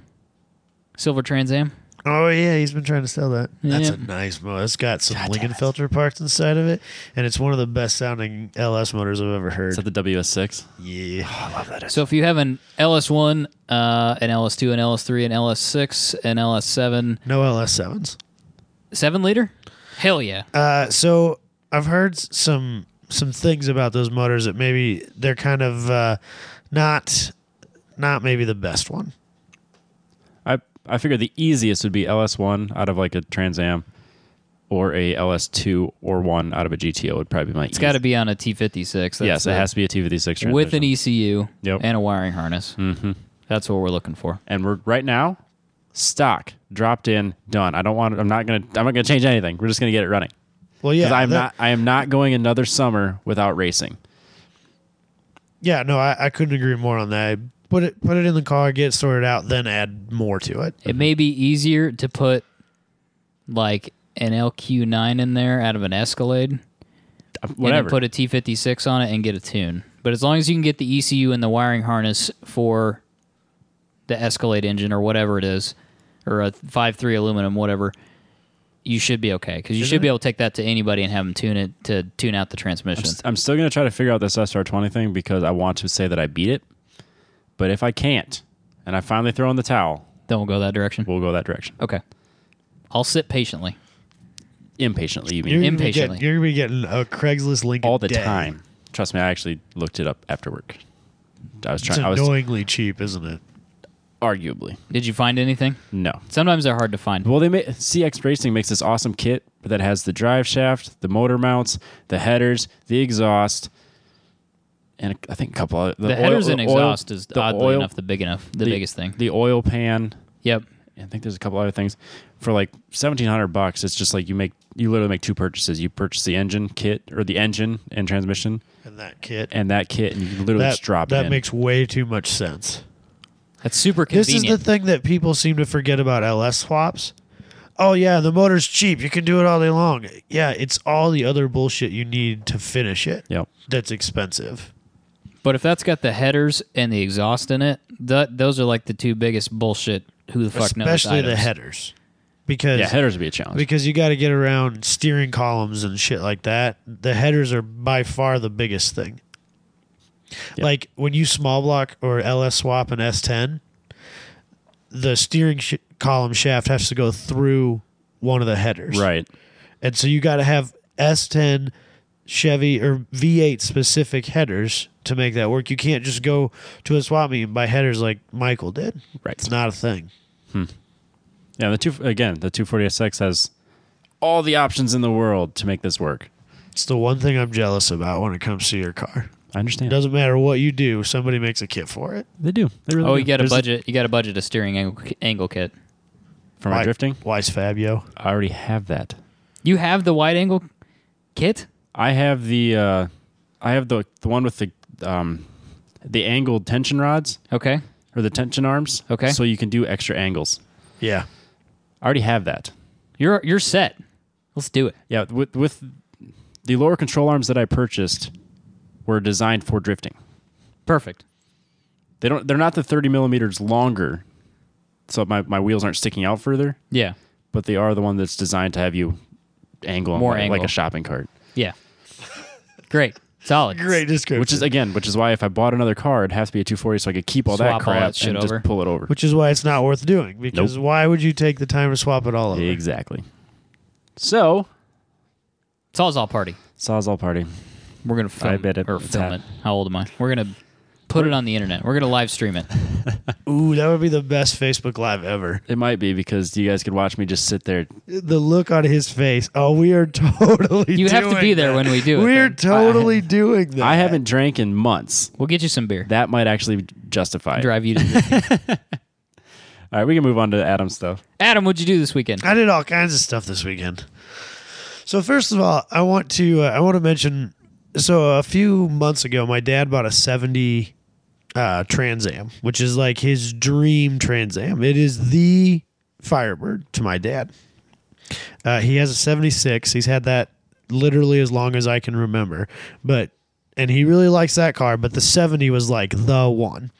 silver Trans Am. Oh yeah, he's been trying to sell that. That's Yeah. a nice motor. It's got some Lincoln filter parts inside of it, and it's one of the best sounding LS motors I've ever heard. is that the WS6? Oh, yeah, So if you have an LS1, uh, an LS2, an LS3, an LS6, an LS7, no LS sevens. seven liter, hell yeah, Uh, so I've heard s- some some things about those motors that maybe they're kind of uh, not not maybe the best one. I I figured the easiest would be LS1 out of like a Trans Am, or a LS2 or one out of a GTO would probably be my. it's got to be on a T56. That's Yes, the- it has to be a T56 transmission. with an ECU Yep. and a wiring harness. Mm-hmm. That's what we're looking for. and we're right now stock dropped in done. I don't want. I'm not gonna. I'm not gonna change anything. We're just gonna get it running. Well, 'Cause yeah, I'm that- not. I am not going another summer without racing. Yeah, no, I, I couldn't agree more on that. Put it put it in the car, get it sorted out, then add more to it. It may be easier to put like an LQ9 in there out of an Escalade. Whatever. And then put a T56 on it and get a tune. But as long as you can get the ECU and the wiring harness for the Escalade engine or whatever it is, or a 5.3 aluminum, whatever, you should be okay. Because you should be able to take that to anybody and have them tune it to tune out the transmission. I'm still gonna try to figure out this SR20 thing because I want to say that I beat it. But if I can't, and I finally throw in the towel, Don't go that direction. we'll go that direction. okay. I'll sit patiently. Impatiently, you mean You're gonna be Impatiently. getting, you're gonna be getting a Craigslist link a all the day. time. Trust me, I actually looked it up after work. I was It's trying. I was annoyingly cheap, isn't it? arguably Did you find anything? no. Sometimes they're hard to find. Well, they make CX Racing makes this awesome kit that has the drive shaft, the motor mounts, the headers, the exhaust, and I think a couple of The, headers and exhaust is oddly enough the big enough, the, the- biggest thing. The oil pan, yep. I think there's a couple other things for like seventeen hundred bucks. It's just like you make you literally make two purchases. You purchase the engine kit or the engine and transmission, And that kit. and that kit, and you literally that just drop that it. in. makes way too much sense. That's super This is convenient. the thing that people seem to forget about LS swaps. Oh yeah, the motor's cheap. You can do it all day long. Yeah, it's all the other bullshit you need to finish it. yep. That's expensive. But if that's got the headers and the exhaust in it, that those are like the two biggest bullshit. Who the fuck knows? Especially the items. headers. Because Yeah, headers would be a challenge. because you got to get around steering columns and shit like that. The headers are by far the biggest thing. Yeah. Like when you small block or LS swap an S10, the steering sh- column shaft has to go through one of the headers. right. And so you got to have S10 Chevy or V8 specific headers to make that work. You can't just go to a swap meet and buy headers like Michael did. Right. It's not a thing. Yeah, the two again, the 240SX has all the options in the world to make this work. It's the one thing I'm jealous about when it comes to your car. I understand. Doesn't matter what you do, somebody makes a kit for it. they do. They really Oh, do. you got a There's budget. you got a budget a steering angle, angle kit. for my Why- drifting. Wise Fabio. I already have that. You have the wide angle kit. I have the uh I have the the one with the um the angled tension rods Okay. or the tension arms. Okay. So you can do extra angles. Yeah. I already have that. You're you're set. Let's do it. Yeah, with with the lower control arms that I purchased were designed for drifting. Perfect. They don't they're not the 30 millimeters longer. So my, my wheels aren't sticking out further. Yeah. but they are the one that's designed to have you angle 'em More like, angle. like a shopping cart. Yeah. Great. Solid. Great description. Which is again, which is why if I bought another car, it'd have to be a 240 so I could keep all that Swap all crap that shit and over. just pull it over. Which is why it's not worth doing because why would you take the time to swap it all over? Exactly. So It's all all party. Sawzall party. We're gonna film bet it- or it's film hot. it. How old am I? We're gonna put it on the internet. We're gonna live stream it. Ooh, that would be the best Facebook Live ever. It might be because you guys could watch me just sit there. The look on his face. Oh, we are totally. You have to doing be there that. when we do it. We're then. totally doing that. I haven't drank in months. We'll get you some beer. That might actually justify it. Drive you to All right, we can move on to Adam's stuff. Adam. What'd you do this weekend? I did all kinds of stuff this weekend. So first of all, I want to uh, I want to mention. So a few months ago, my dad bought a seventy uh, Trans Am, which is like his dream Trans Am. It is the Firebird to my dad. Uh, he has a seventy six. He's had that literally as long as I can remember, but. And he really likes that car, but the 70 was like the one.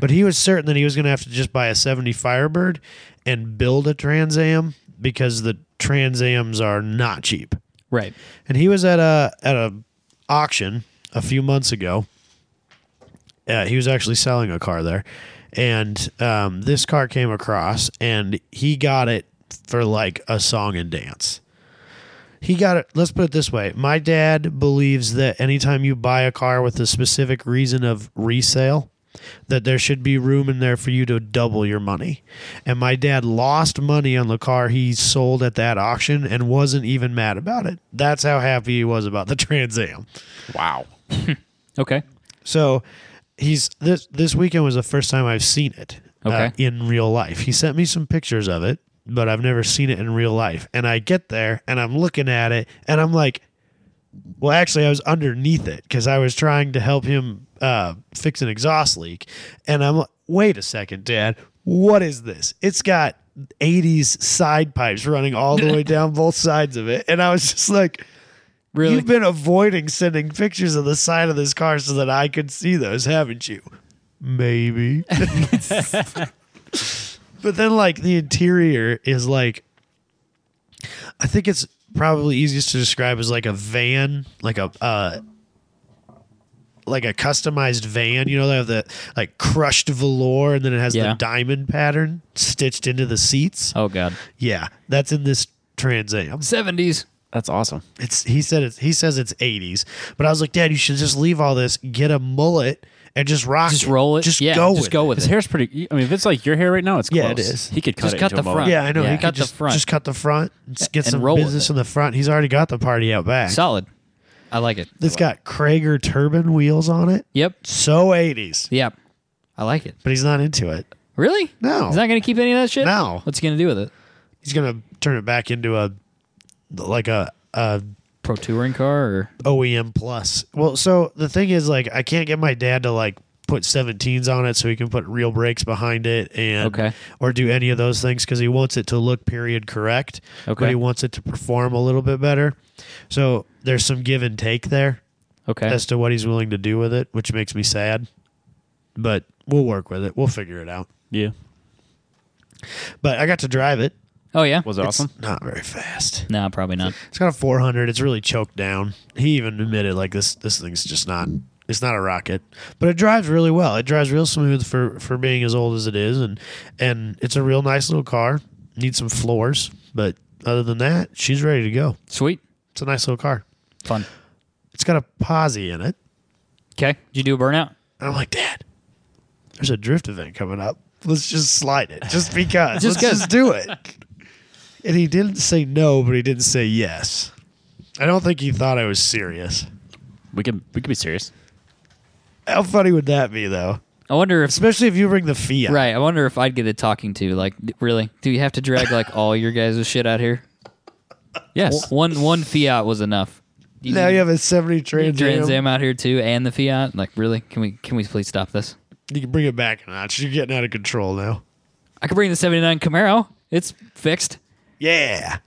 But he was certain that he was going to have to just buy a 70 Firebird and build a Trans Am because the Trans Ams are not cheap. Right. And he was at a at a auction a few months ago. Uh, he was actually selling a car there, and um, this car came across, and he got it for like a song and dance. He got it. Let's put it this way: my dad believes that anytime you buy a car with a specific reason of resale, that there should be room in there for you to double your money. And my dad lost money on the car he sold at that auction and wasn't even mad about it. That's how happy he was about the Trans Am. Wow. Okay. So he's this this weekend was the first time I've seen it uh, Okay. in real life. He sent me some pictures of it, but I've never seen it in real life. And I get there and I'm looking at it and I'm like, well, actually, I was underneath it because I was trying to help him uh, fix an exhaust leak. And I'm like, wait a second, Dad, what is this? It's got 80s side pipes running all the way down both sides of it. And I was just like, Really? You've been avoiding sending pictures of the side of this car so that I could see those, haven't you? Maybe. but then, like, the interior is like, I think it's probably easiest to describe as like a van, like a, uh, like a customized van, you know, they have the like crushed velour and then it has Yeah. the diamond pattern stitched into the seats. oh God. Yeah, that's in this Trans Am. Seventies. That's awesome. It's he said it's he says it's eighties, but I was like, Dad, you should just leave all this, get a mullet, and just rock. Just roll it. Just yeah. go. Just with go it. with His it. hair's pretty. I mean, if it's like your hair right now, it's close. Yeah, it is. He could cut Just it cut into the a mullet. front. Yeah, I know. Yeah. He could Cut the just, front. Just cut the front. Just get And some roll with business it. in the front. He's already got the party out back. Solid. I like it. It's got Krager turbine wheels on it. Yep. So eighties, Yep. I like it. but he's not into it. Really? No. He's not going to keep any of that shit? No. What's he going to do with it? He's gonna turn it back into a like a a Pro touring car or OEM E plus. Well, so the thing is, like, I can't get my dad to like put 17s on it so he can put real brakes behind it and Okay. or do any of those things because he wants it to look period correct. Okay. But he wants it to perform a little bit better. So there's some give and take there Okay. as to what he's willing to do with it, which makes me sad. But we'll work with it. We'll figure it out. Yeah. But I got to drive it. oh yeah. Was it It's awesome? not very fast. No, probably not. It's got a 400. It's really choked down. He even admitted like this this thing's just not it's not a rocket, but it drives really well. It drives real smooth for for being as old as it is and and it's a real nice little car. Needs some floors, but other than that, she's ready to go. Sweet. It's a nice little car. Fun. It's got a posi in it. Okay. Did you do a burnout? And I'm like, Dad, there's a drift event coming up. Let's just slide it, just because. Just Let's just do it. And he didn't say no, but he didn't say yes. I don't think he thought I was serious. We could we could be serious. How funny would that be, though? I wonder if Especially if you bring the Fiat. right. I wonder if I'd get a talking to. Like, d- really? Do you have to drag like all your guys' shit out here? Yes. W- One one Fiat was enough. You- Now you have a 70 Trans, Trans Am. Am out here too, and the Fiat. Like, really? Can we can we please stop this? You can bring it back a notch. You're getting out of control now. I could bring the '79 Camaro. It's fixed. Yeah.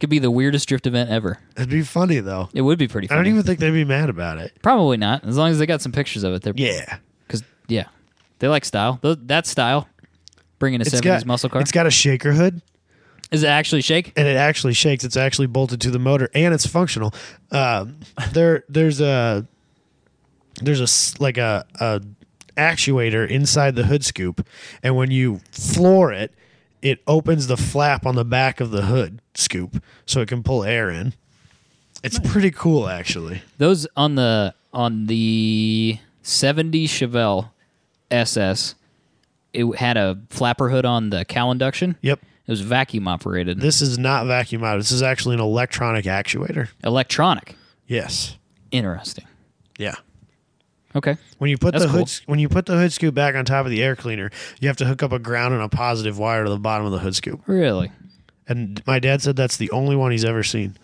Could be the weirdest drift event ever. It'd be funny, though. It would be pretty. I Funny. don't even think they'd be mad about it. Probably not. As long as they got some pictures of it. They're, Yeah. Because yeah, they like style. Th- That's style. Bringing a It's '70s got, muscle car. it's got a shaker hood. Is it actually shake? and it actually shakes. It's actually bolted to the motor, and it's functional. Um, there, there's a there's a s- like a, a actuator inside the hood scoop, and when you floor it, it opens the flap on the back of the hood scoop, so it can pull air in. It's pretty cool, actually. Those on the on the '70 Chevelle SS. It had a flapper hood on the cow induction. Yep. It was vacuum operated. This is not vacuum out. This is actually an electronic actuator. Electronic. Yes. Interesting. Yeah. Okay. When you put That's the hood cool. hood when you put the hood scoop back on top of the air cleaner, you have to hook up a ground and a positive wire to the bottom of the hood scoop. Really? And my dad said that's the only one he's ever seen.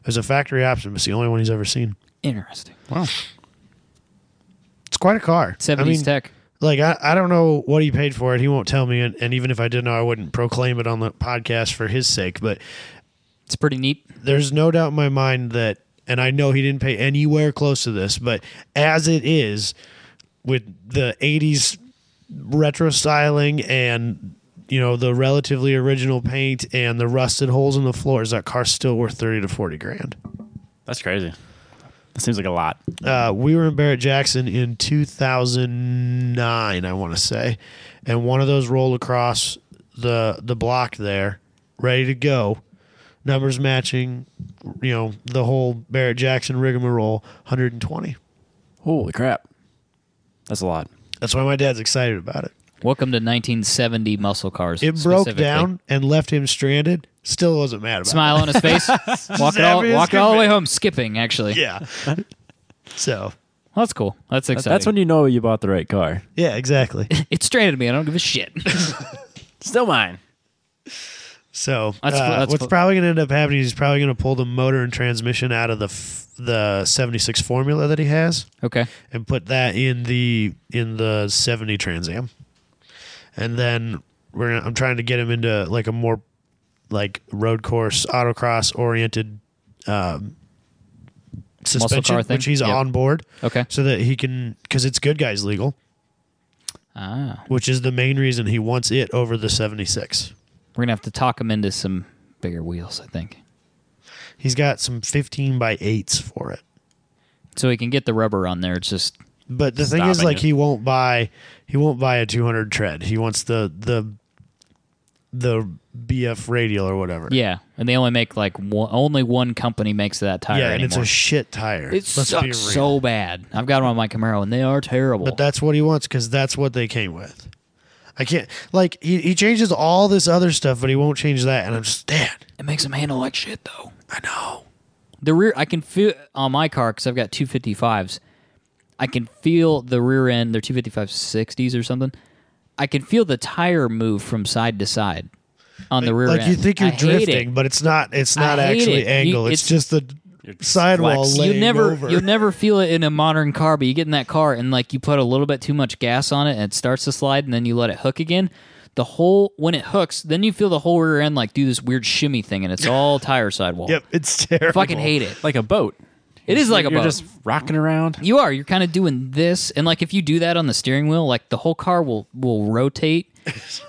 It was a factory option, but it's the only one he's ever seen. Interesting. wow. It's quite a car. 70s I mean, tech. Like I, I don't know what he paid for it. He won't tell me, and, and even if I did know, I wouldn't proclaim it on the podcast for his sake. But It's pretty neat. there's no doubt in my mind that, and I know he didn't pay anywhere close to this, but as it is with the 80s retro styling and, you know, the relatively original paint and the rusted holes in the floors, that car's still worth 30 to 40 grand. That's crazy. That seems like a lot. Uh, we were in Barrett Jackson in 2009, I want to say, and one of those rolled across the the block there, ready to go, numbers matching, you know, the whole Barrett Jackson rigmarole, 120. Holy crap. That's a lot. That's why my dad's excited about it. Welcome to 1970 muscle cars. It broke specifically. down and left him stranded. Still wasn't mad about Smile on his face. walking all, happy as walking can all the be. way home, skipping, actually. it. Yeah. so Well, that's cool. That's exciting. That's when you know you bought the right car. yeah, exactly. it stranded me. I don't give a shit. Still mine. So That's uh, fu- that's what's fu- probably going to end up happening is he's probably going to pull the motor and transmission out of the f- the 76 formula that he has okay. and put that in the in the 70 Trans Am, and then we're gonna, I'm trying to get him into like a more like road course autocross oriented um, suspension, car thing? which he's Yep. on board, Okay. so that he can because it's good guys legal, Ah, which is the main reason he wants it over the 76. we're going to have to talk him into some bigger wheels, I think. He's got some 15 by eights for it. So he can get the rubber on there. It's just, But the thing is, Stopping like, it. he won't buy he won't buy a 200 tread. He wants the the the BF radial or whatever. yeah. And they only make like one, only one company makes that tire yeah, and it's anymore. a shit tire. it sucks so bad. I've got them on my Camaro, and they are terrible. But that's what he wants because that's what they came with. I can't like he, he changes all this other stuff, but he won't change that. And I'm just dad. it makes them handle like shit, though. I know. the rear i can feel on my car because i've got 255s i can feel the rear end they're 255 60s or something i can feel the tire move from side to side on the rear Like end you think you're I hate it. drifting, but it's not. It's I not hate actually it. You- angle. it's, it's- just the sidewall flex. laying you never over. you never feel it in a modern car but you get in that car and like you put a little bit too much gas on it and it starts to slide and then you let it hook again the whole when it hooks then you feel the whole rear end like do this weird shimmy thing and it's all tire sidewall yep, it's terrible. fucking hate it Like a boat. it is like a You're boat. just rocking around. You are. You're kind of doing this, and like if you do that on the steering wheel, like the whole car will will rotate.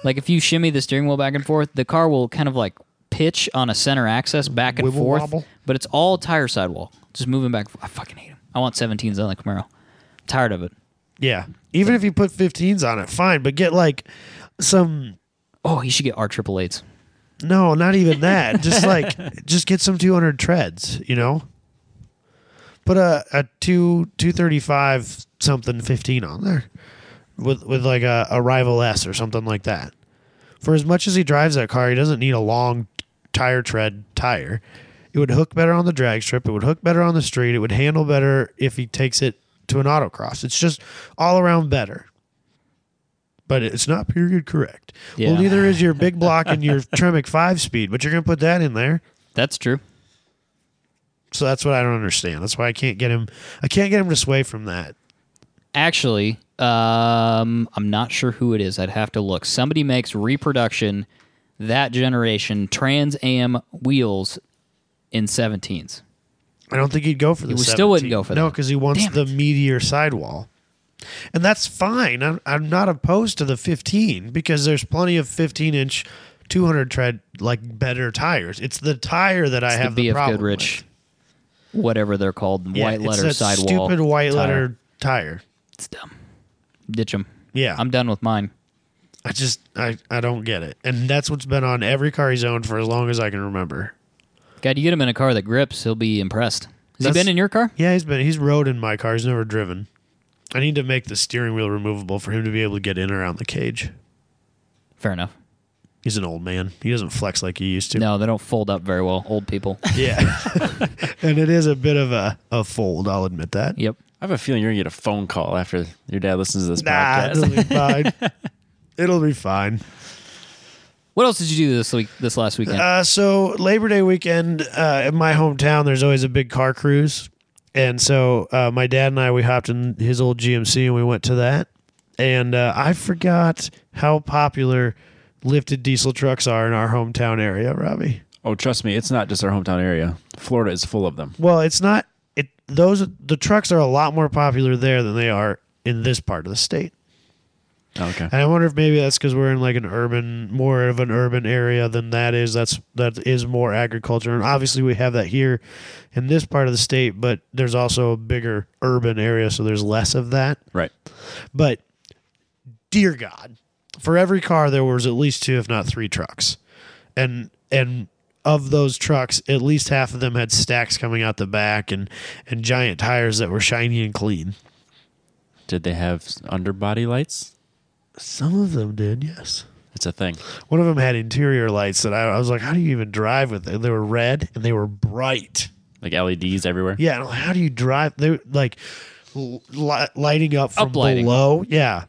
like if you shimmy the steering wheel back and forth, the car will kind of like pitch on a center axis back and Wibble forth. wobble. But it's all tire sidewall, just moving back. I fucking hate them. I want 17s on the Camaro. tired of it. Yeah, even if you put 15s on it, fine. But get like some Oh, he should get R triple eights. No, not even that. just like just get some 200 treads, you know? Put a, a two two thirty five something fifteen on there, with with like a, a rival S or something like that. For as much as he drives that car, he doesn't need a long tire tread tire. It would hook better on the drag strip. It would hook better on the street. It would handle better if he takes it to an autocross. It's just all around better. But it's not period correct. Yeah. Well, neither is your big block and your Tremec five speed. But you're gonna put that in there. That's true. So that's what I don't understand. That's why I can't get him. I can't get him to sway from that. Actually, um, I'm not sure who it is. I'd have to look. Somebody makes reproduction that generation Trans Am wheels in 17s. I don't think he'd go for the. would- still wouldn't go for no, that. because he wants Damn the meteor sidewall, and that's fine. I'm, I'm not opposed to the 15 because there's plenty of 15 inch, 200 tread like better tires. It's the tire that I It's the have the, B of problem Goodrich, with. whatever they're called, Yeah, white it's letter that sidewall. Stupid white tire. letter tire. It's dumb. Ditch them. Yeah, I'm done with mine. I just I I don't get it, and that's what's been on every car he's owned for as long as I can remember. God, you get him in a car that grips, he'll be impressed. Has That's- he been in your car? Yeah, he's been he's rode in my car. He's never driven. I need to make the steering wheel removable for him to be able to get in or out the cage. Fair enough. He's an old man. He doesn't flex like he used to. No, they don't fold up very well. Old people. Yeah. and it is a bit of a, a fold, I'll admit that. yep. I have a feeling you're gonna get a phone call after your dad listens to this Nah, podcast. it'll be fine. it'll be fine. What else did you do this week? This last weekend? Uh, so Labor Day weekend uh, in my hometown, there's always a big car cruise, and so uh, my dad and I we hopped in his old GMC and we went to that. And uh, I forgot how popular lifted diesel trucks are in our hometown area, Robbie. Oh, trust me, it's not just our hometown area. Florida is full of them. Well, it's not it. Those the trucks are a lot more popular there than they are in this part of the state. Okay. And I wonder if maybe that's because we're in like an urban, more of an urban area than that is. That's that is more agriculture, and obviously we have that here in this part of the state. But there's also a bigger urban area, so there's less of that. Right. But dear God, for every car there was at least two, if not three trucks, and and of those trucks, at least half of them had stacks coming out the back and and giant tires that were shiny and clean. Did they have s- underbody lights? Some of them did, yes. It's a thing. One of them had interior lights that I, I was like, how do you even drive with it? They were red and they were bright. Like LEDs everywhere. Yeah, and I'm like, how do you drive? They were like l- li- lighting up from Uplighting. below. Yeah,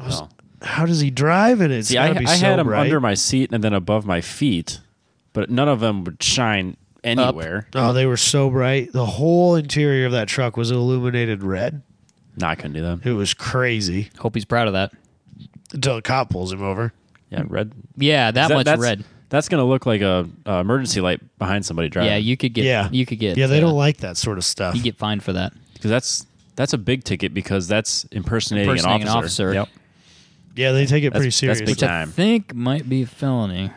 Oh. how does he drive in it? It's See, I, gotta be I so had them bright. under my seat and then above my feet, but none of them would shine anywhere. Oh, they were so bright. The whole interior of that truck was illuminated red. No, I couldn't do them. It was crazy Hope he's proud of that. until the cop pulls him over. Yeah, red. Yeah, that, That- much that's, red. That's gonna look like a uh, emergency light behind somebody driving. Yeah, you could get. Yeah, you could get. Yeah, they uh, don't like that sort of stuff. You get fined for that. because that's that's a big ticket because that's impersonating, Impersonating an an officer. officer. yeah, they take it That's- pretty that's seriously. big Which I time. think might be a felony.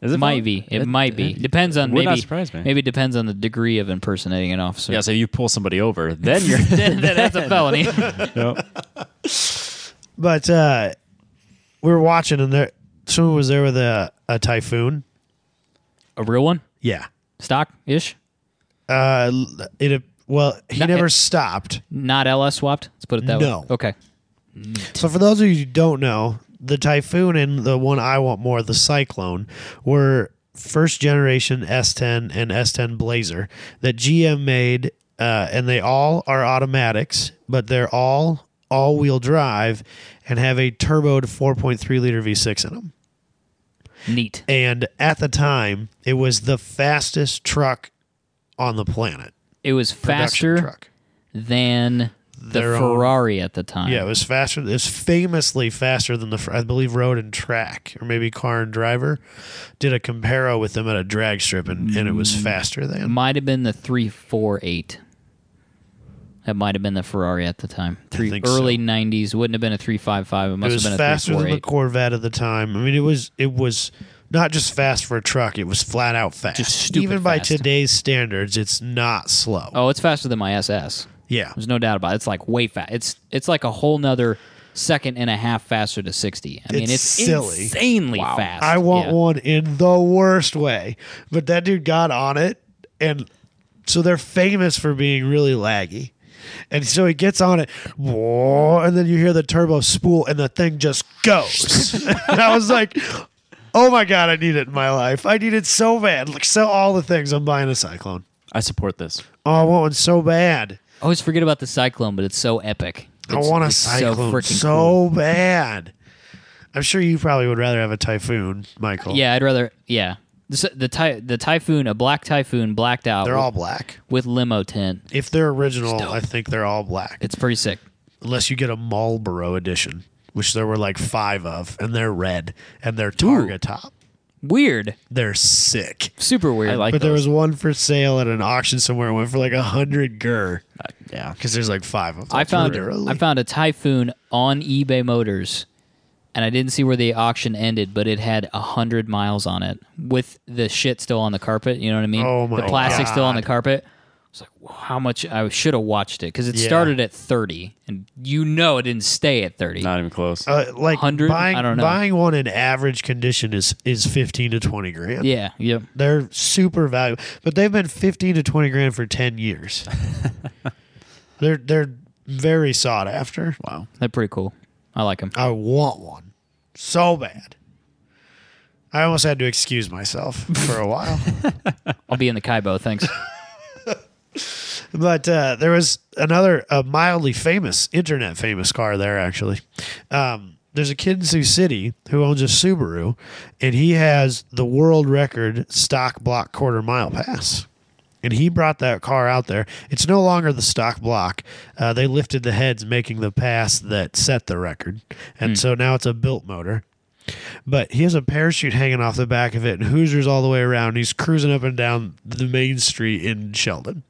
Is it might fun? be. It, might be. depends on maybe. would not surprise me. Maybe it depends on the degree of impersonating an officer. Yeah, so you pull somebody over, then you're. then that's a felony. Yep. But uh, we were watching, and there someone was there with a, a typhoon. a real one, Yeah. stock ish, Uh, it well, he No, never it- stopped. not LS swapped. Let's put it that No. way. Okay. So for those of you who don't know, the typhoon and the one I want more, the cyclone, were first generation S10 and S10 Blazer that GM made, uh, and they all are automatics, but they're all all wheel drive and have a turboed 4.3 liter V6 in them. Neat. And at the time, it was the fastest truck on the planet. It was Production faster truck. than the Their own- Ferrari at the time. Yeah, it was faster. It's famously faster than the, I believe, Road and Track, or maybe Car and Driver, did a comparo with them at a drag strip, and, and it was Mm. faster than. might have been the 348. That might have been the Ferrari at the time. Three think early so. 90s wouldn't have been a 355. It It must was have been a faster than the 348. Corvette at the time. I mean, it was it was not just fast for a truck; it was flat out fast. Just stupid Even by fast. today's standards, it's not slow. oh, it's faster than my SS. Yeah, There's no doubt about it. It's like way fast. It's it's like a whole nother second and a half faster to 60. I mean, It's it's, silly. insanely fast. I want Yeah. one in the worst way, but that dude got on it and. So they're famous for being really laggy. And so he gets on it, whoa, and then you hear the turbo spool, and the thing just goes. and I was like, "Oh my god, I need it in my life. I need it so bad. Like, sell all the things. I'm buying a Cyclone. I support this. Oh, I want one so bad. I always forget about the cyclone, but it's so epic. It's- I want a it's Cyclone so, freaking cool. bad. I'm sure you probably would rather have a Typhoon, Michael. Yeah, I'd rather. Yeah, the the, ty- the typhoon, a black typhoon, blacked out. they're with, all black. with limo tint. If they're original, It's dope. I think they're all black. It's pretty sick. unless you get a Marlboro edition, which there were like five of, and they're red and they're Targa top. Weird, They're sick. super weird. I like But there those. was one for sale at an auction somewhere. It went for like a hundred gur yeah. because there's like five of them. Uh, I found Literally. I found a typhoon on eBay Motors, and I didn't see where the auction ended, but it had hundred miles on it with the shit still on the carpet. You know what I mean? Oh my the plastic still on the God. carpet. It's like wow, how much I should have watched it because it Yeah. started at thirty, and you know it didn't stay at thirty. Not even close. uh, like 100? buying I don't know. buying one in average condition is is fifteen to twenty grand. Yeah, yep. They're super valuable, but they've been fifteen to twenty grand for ten years. they're they're very sought after. Wow, They're pretty cool. I like them. I want one so bad. I almost had to excuse myself for a while. I'll be in the Kaibo. Thanks. but uh, there was another a mildly famous, internet famous car there, actually. Um, there's a kid in Sioux City who owns a Subaru, and he has the world record stock block quarter mile pass. And he brought that car out there. It's no longer the stock block. Uh, they lifted the heads, making the pass that set the record. And so now it's a built motor. but he has a parachute hanging off the back of it and Hoosiers all the way around. He's cruising up and down the main street in Sheldon.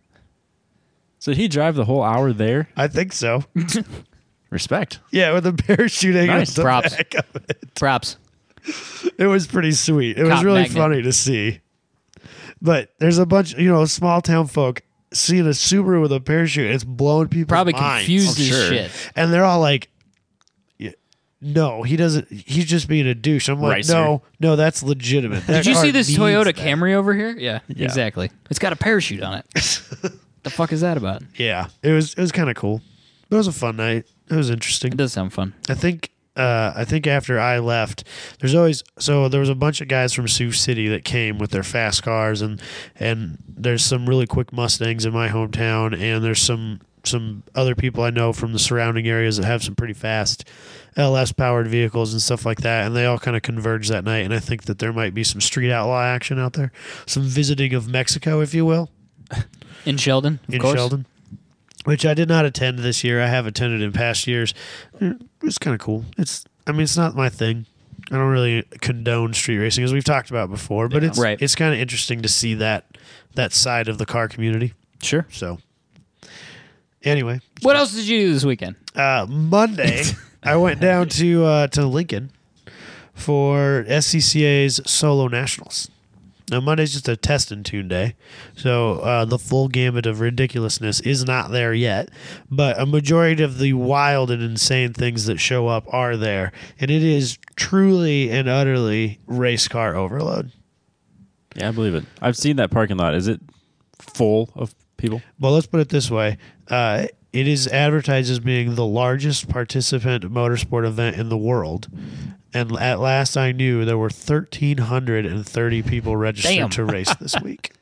so did he drive the whole hour there? I think so. Respect. Yeah, with a parachute hanging Nice. off the Props. back of it. Props. It was pretty sweet. It was Cotton really magnet. funny to see. But there's a bunch, you know, small town folk seeing a Subaru with a parachute. It's blowing people Probably minds. confused I'm as sure. shit. and they're all like "Yeah, no, he doesn't. He's just being a douche. I'm like, Right, sir. no, no, that's legitimate. That Did you car see this needs Toyota that." Camry over here? Yeah, exactly. It's got a parachute on it. the fuck is that about? Yeah, it was it was kind of cool. It was a fun night. It was interesting. It does sound fun. I think uh, I think after I left, there's always so there was a bunch of guys from Sioux City that came with their fast cars and and there's some really quick Mustangs in my hometown and there's some some other people I know from the surrounding areas that have some pretty fast LS powered vehicles and stuff like that and they all kind of converge that night and I think that there might be some street outlaw action out there, some visiting of Mexico if you will In Sheldon, of in course. Sheldon, which I did not attend this year. I have attended in past years. Mm, It's kind of cool. It's I mean, it's not my thing. I don't really condone street racing as we've talked about before, but it's Right. it's kind of interesting to see that that side of the car community. Sure. So anyway, What else did you do this weekend? uh, Monday I went down to uh, to Lincoln for SCCA's solo nationals. Now Monday's just a test and tune day, so uh, the full gamut of ridiculousness is not there yet. But a majority of the wild and insane things that show up are there, and it is truly and utterly race car overload. Yeah, I believe it. I've seen that parking lot. Is it full of people? Well, let's put it this way. Uh, it is advertised as being the largest participant motorsport event in the world. And at last I knew there were 1,330 people registered Damn. to race this week.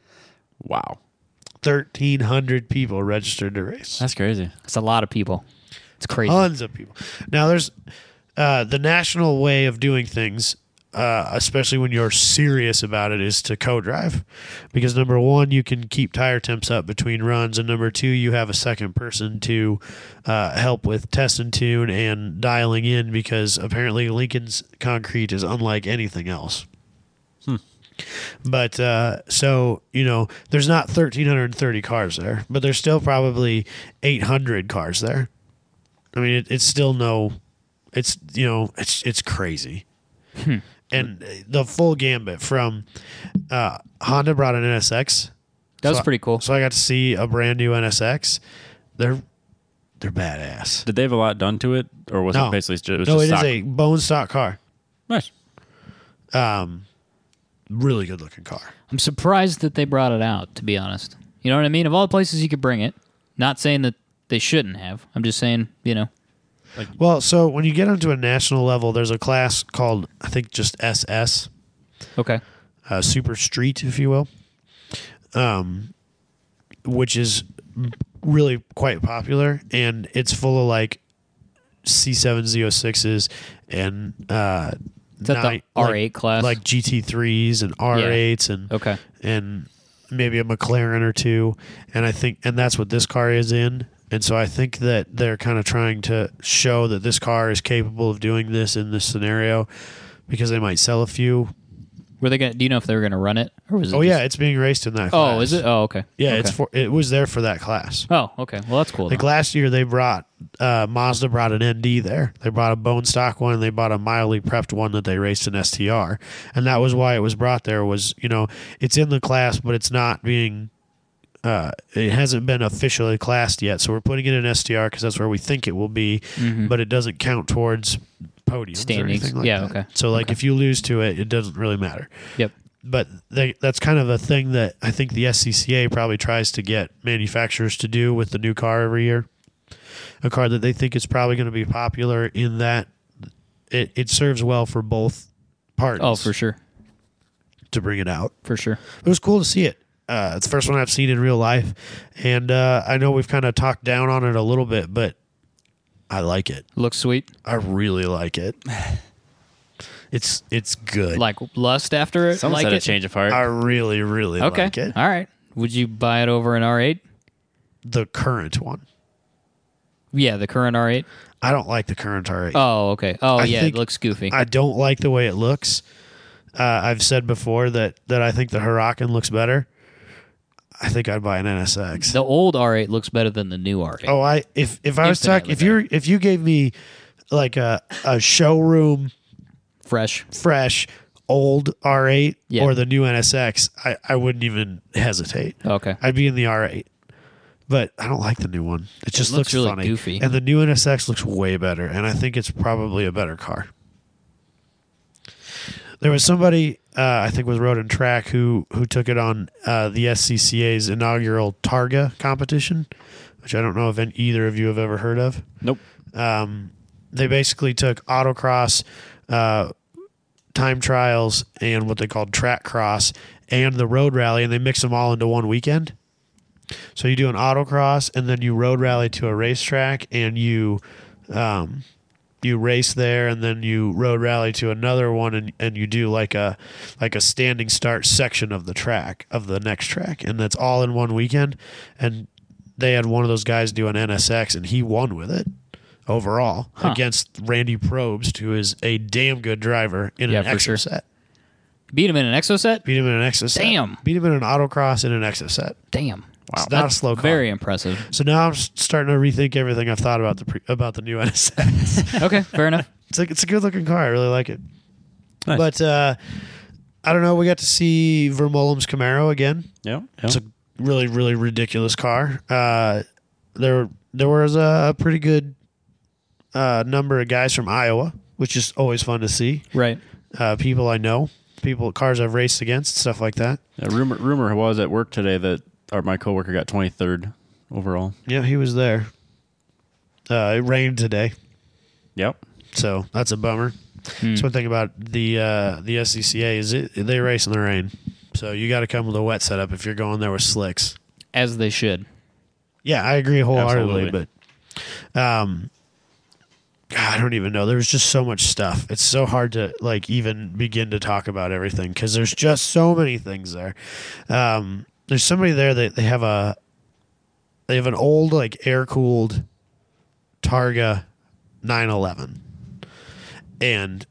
Wow. 1,300 people registered to race. That's crazy. It's a lot of people. It's crazy. Tons of people. Now, there's uh, the national way of doing things, uh, especially when you're serious about it, is to co drive. Because number one, you can keep tire temps up between runs. And number two, you have a second person to uh, help with test and tune and dialing in because apparently Lincoln's concrete is unlike anything else. But uh, so you know, there's not 1,330 cars there, but there's still probably 800 cars there. I mean, it, it's still no, it's you know, it's it's crazy. And uh, the full gambit from uh, Honda brought an NSX, that was so I- pretty cool. so I got to see a brand new NSX. They're they're badass. Did they have a lot done to it, or was No. it basically just, it was No, it just is stock? a bone stock car. nice? Um, really good looking car. I'm surprised that they brought it out. To be honest, You know what I mean? Of all the places you could bring it, not saying that they shouldn't have. I'm just saying, you know, Well, so when you get onto a national level, there's a class called I think just SS, okay, uh, Super Street, if you will, um, which is really quite popular, and it's full of like C7Z06s and uh, is that nine- the like- R8 class? like GT3s and R8s and okay, and maybe a McLaren or two. And I think, and that's what this car is in. And so I think that they're kind of trying to show that this car is capable of doing this in this scenario because they might sell a few. were they gonna? Do you know if they were gonna run it or was it? Oh just- yeah, it's being raced in that. Oh, class. is it? Oh, okay. Yeah, Okay. it's for it was there for that class. Oh, okay. Well, that's cool. Like then. last year, they brought uh, Mazda brought an ND there. They brought a bone stock one, and they bought a mildly prepped one that they raced in STR, and that was why it was brought there. Was you know it's in the class, but it's not being. Uh, it hasn't been officially classed yet, so we're putting it in STR because that's where we think it will be, Mm-hmm. but it doesn't count towards podiums or Standings. anything like Yeah, that. okay. So like if you lose to it, it doesn't really matter Yep. but they, that's kind of a thing that I think the SCCA probably tries to get manufacturers to do with the new car every year. A car that they think is probably going to be popular in that it, it serves well for both parties Oh, for sure, to bring it out. for sure. It was cool to see it. Uh, it's the first one I've seen in real life. And uh, I know we've kind of talked down on it a little bit, but I like it. Looks sweet. I really like it. It's it's good. Like lust after it. Someone like said it. a change of heart. I really really Okay. like it. All right. Would you buy it over an R8? The current one. Yeah, the current R8. I don't like the current R8. Oh, okay. Oh, I yeah, it think- looks goofy. I don't like the way it looks. Uh, I've said before that that I think the Huracan looks better. I think I'd buy an NSX. the old R8 looks better than the new R8. Oh, I if if I was talking Infinitely if you're if you gave me like a a showroom Fresh. fresh old R8 Yeah. or the new NSX, I I wouldn't even hesitate. Okay. I'd be in the R8. But I don't like the new one. It just looks looks, really funny. goofy. And the new NSX looks way better, and I think it's probably a better car. There was somebody uh, I think was Road and Track who who took it on uh, the SCCA's inaugural Targa competition, which I don't know if any, either of you have ever heard of nope. um, they basically took autocross, uh, time trials, and what they called track cross and the road rally, and they mix them all into one weekend. So you do an autocross, and then you road rally to a racetrack, and you um, you race there, and then you road rally to another one, and, and you do like a like a standing start section of the track of the next track, and that's all in one weekend. And they had one of those guys do an NSX, and he won with it overall Huh. against Randy Probst, who is a damn good driver in Yeah, an for Exo sure. set. Beat him in an exo set? Beat him in an Exo set. Damn. Beat him in an autocross and an Exo set. Damn. Wow. It's not a slow car. Very impressive. So now I'm s- starting to rethink everything I've thought about the pre- about the new NSX. Okay, fair enough. it's like it's a good looking car. I really like it. Nice. But uh, I don't know. We got to see Vermolum's Camaro again. yeah. yeah. It's a really really ridiculous car. Uh, there there was a, a pretty good uh, number of guys from Iowa, which is always fun to see. Right. Uh, people I know, people cars I've raced against, stuff like that. Yeah, rumor rumor was at work today that our, my coworker got 23rd overall. Yeah, he was there. Uh, it rained today. Yep. So that's a bummer. That's one thing about the uh, the SCCA is it, they race in the rain, so you got to come with a wet setup if you're going there with slicks. As they should. Yeah, I agree wholeheartedly, Absolutely. but um, God, I don't even know. There's just so much stuff. It's so hard to like even begin to talk about everything because there's just so many things there. Um, there's somebody there that they have a they have an old like air cooled Targa 911, and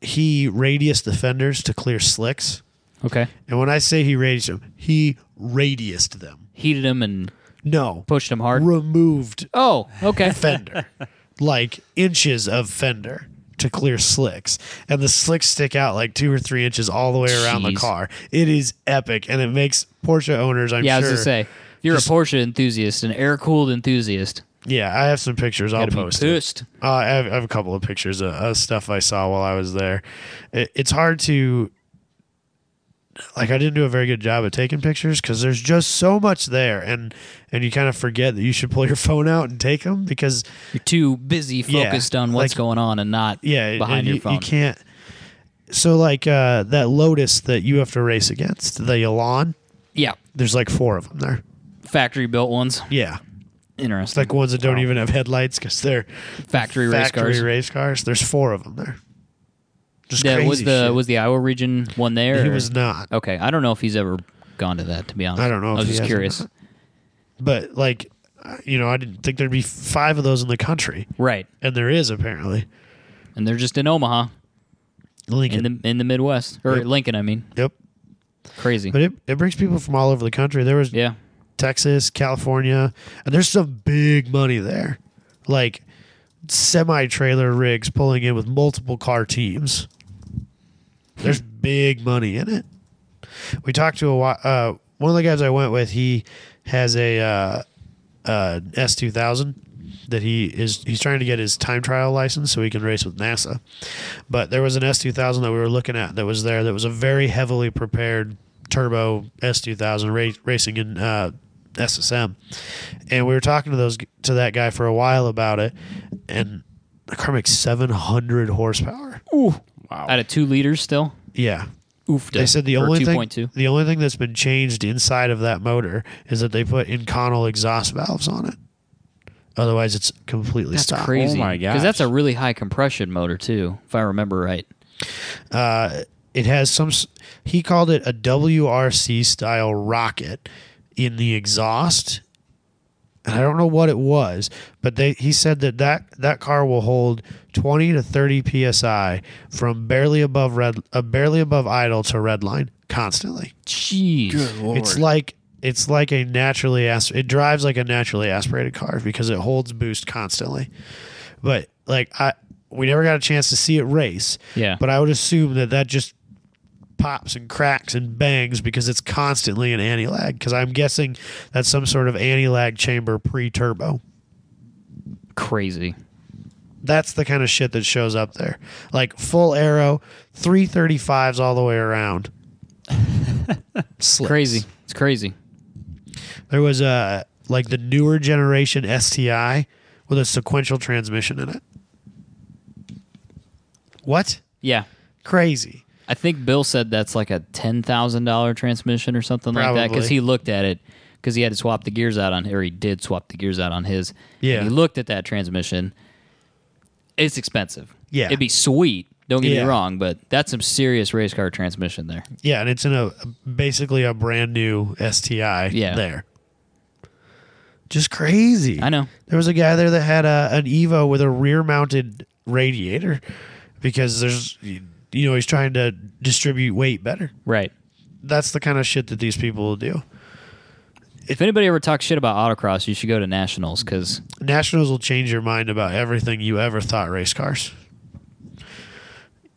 he radiused the fenders to clear slicks. Okay. And when I say he radiused them, he radiused them. Heated him and No, pushed him hard. removed Oh, okay. fender, like inches of fender to clear slicks, and the slicks stick out like two or three inches all the way around the Jeez. car. It is epic, and it makes Porsche owners. I'm yeah, I was sure. going to say, if you're a Porsche enthusiast, an air cooled enthusiast, Yeah, I have some pictures. I'll gotta be post. It. pissed. Uh, I, have, I have a couple of pictures of, of stuff I saw while I was there. It, it's hard to. like I didn't do a very good job of taking pictures because there's just so much there, and and you kind of forget that you should pull your phone out and take them because You're too busy Yeah, focused on what's like- going on and not yeah, behind and your you, phone. you can't. So like uh, that Lotus that you have to race against the Elan, yeah, there's like four of them there. factory built ones. Yeah, it's Interesting. like ones that don't even have headlights because they're factory, race factory cars. race cars. There's four of them there. Just That crazy was the shit. was the Iowa region one there. he or- was not. okay. I don't know if he's ever gone to that. To be honest, I don't know I if was he just has or curious. not. but like uh, you know i didn't think there'd be five of those in the country Right, and there is apparently and they're just in Omaha, lincoln in the in the Midwest or Yep. Lincoln. I mean, yep crazy. but it, it brings people from all over the country there was yeah, texas california and there's some big money there like semi trailer rigs pulling in with multiple car teams there's big money in it we talked to a wa- uh, one of the guys i went with he has a uh, uh, S2000 that he is he's trying to get his time trial license so he can race with NASA. But there was an S2000 that we were looking at that was there that was a very heavily prepared turbo S2000 ra- racing in uh, SSM. And we were talking to those to that guy for a while about it and the car makes 700 horsepower. Wow. out of two liters still. Yeah. Oof. They said the only two thing point two. the only thing that's been changed inside of that motor is that they put Inconel exhaust valves on it. Otherwise, it's completely That's stock. crazy. Oh my Because that's gosh. a really high compression motor too, if I remember right. Uh, it has some. s- He called it a WRC style rocket in the exhaust. And I don't know what it was, but they he said that that, that car will hold 20 to 30 psi from barely above red, uh, barely above idle to red line constantly. Jeez. It's like it's like a naturally as it drives like a naturally aspirated car because it holds boost constantly. But like I we never got a chance to see it race. Yeah. But I would assume that that just pops and cracks and bangs because it's constantly an anti-lag because I'm guessing that's some sort of anti-lag chamber pre-turbo. Crazy. That's the kind of shit that shows up there. Like full arrow, 335s all the way around. Slips. Crazy. It's crazy. There was a like the newer generation STI with a sequential transmission in it. What? Yeah. Crazy. I think Bill said that's like a ten thousand dollar transmission or something like that because Probably. he looked at it because he had to swap the gears out on or he did swap the gears out on his. And Yeah. he looked at that transmission. It's expensive. Yeah. it'd be sweet. Don't get Yeah. me wrong, but that's some serious race car transmission there. Yeah, and it's in a basically a brand new STI Yeah. there. Just crazy. I know. There was a guy there that had a, an Evo with a rear mounted radiator because there's you know, he's trying to distribute weight better. Right. That's the kind of shit that these people will do. If anybody ever talks shit about autocross, you should go to nationals because Nationals will change your mind about everything you ever thought race cars.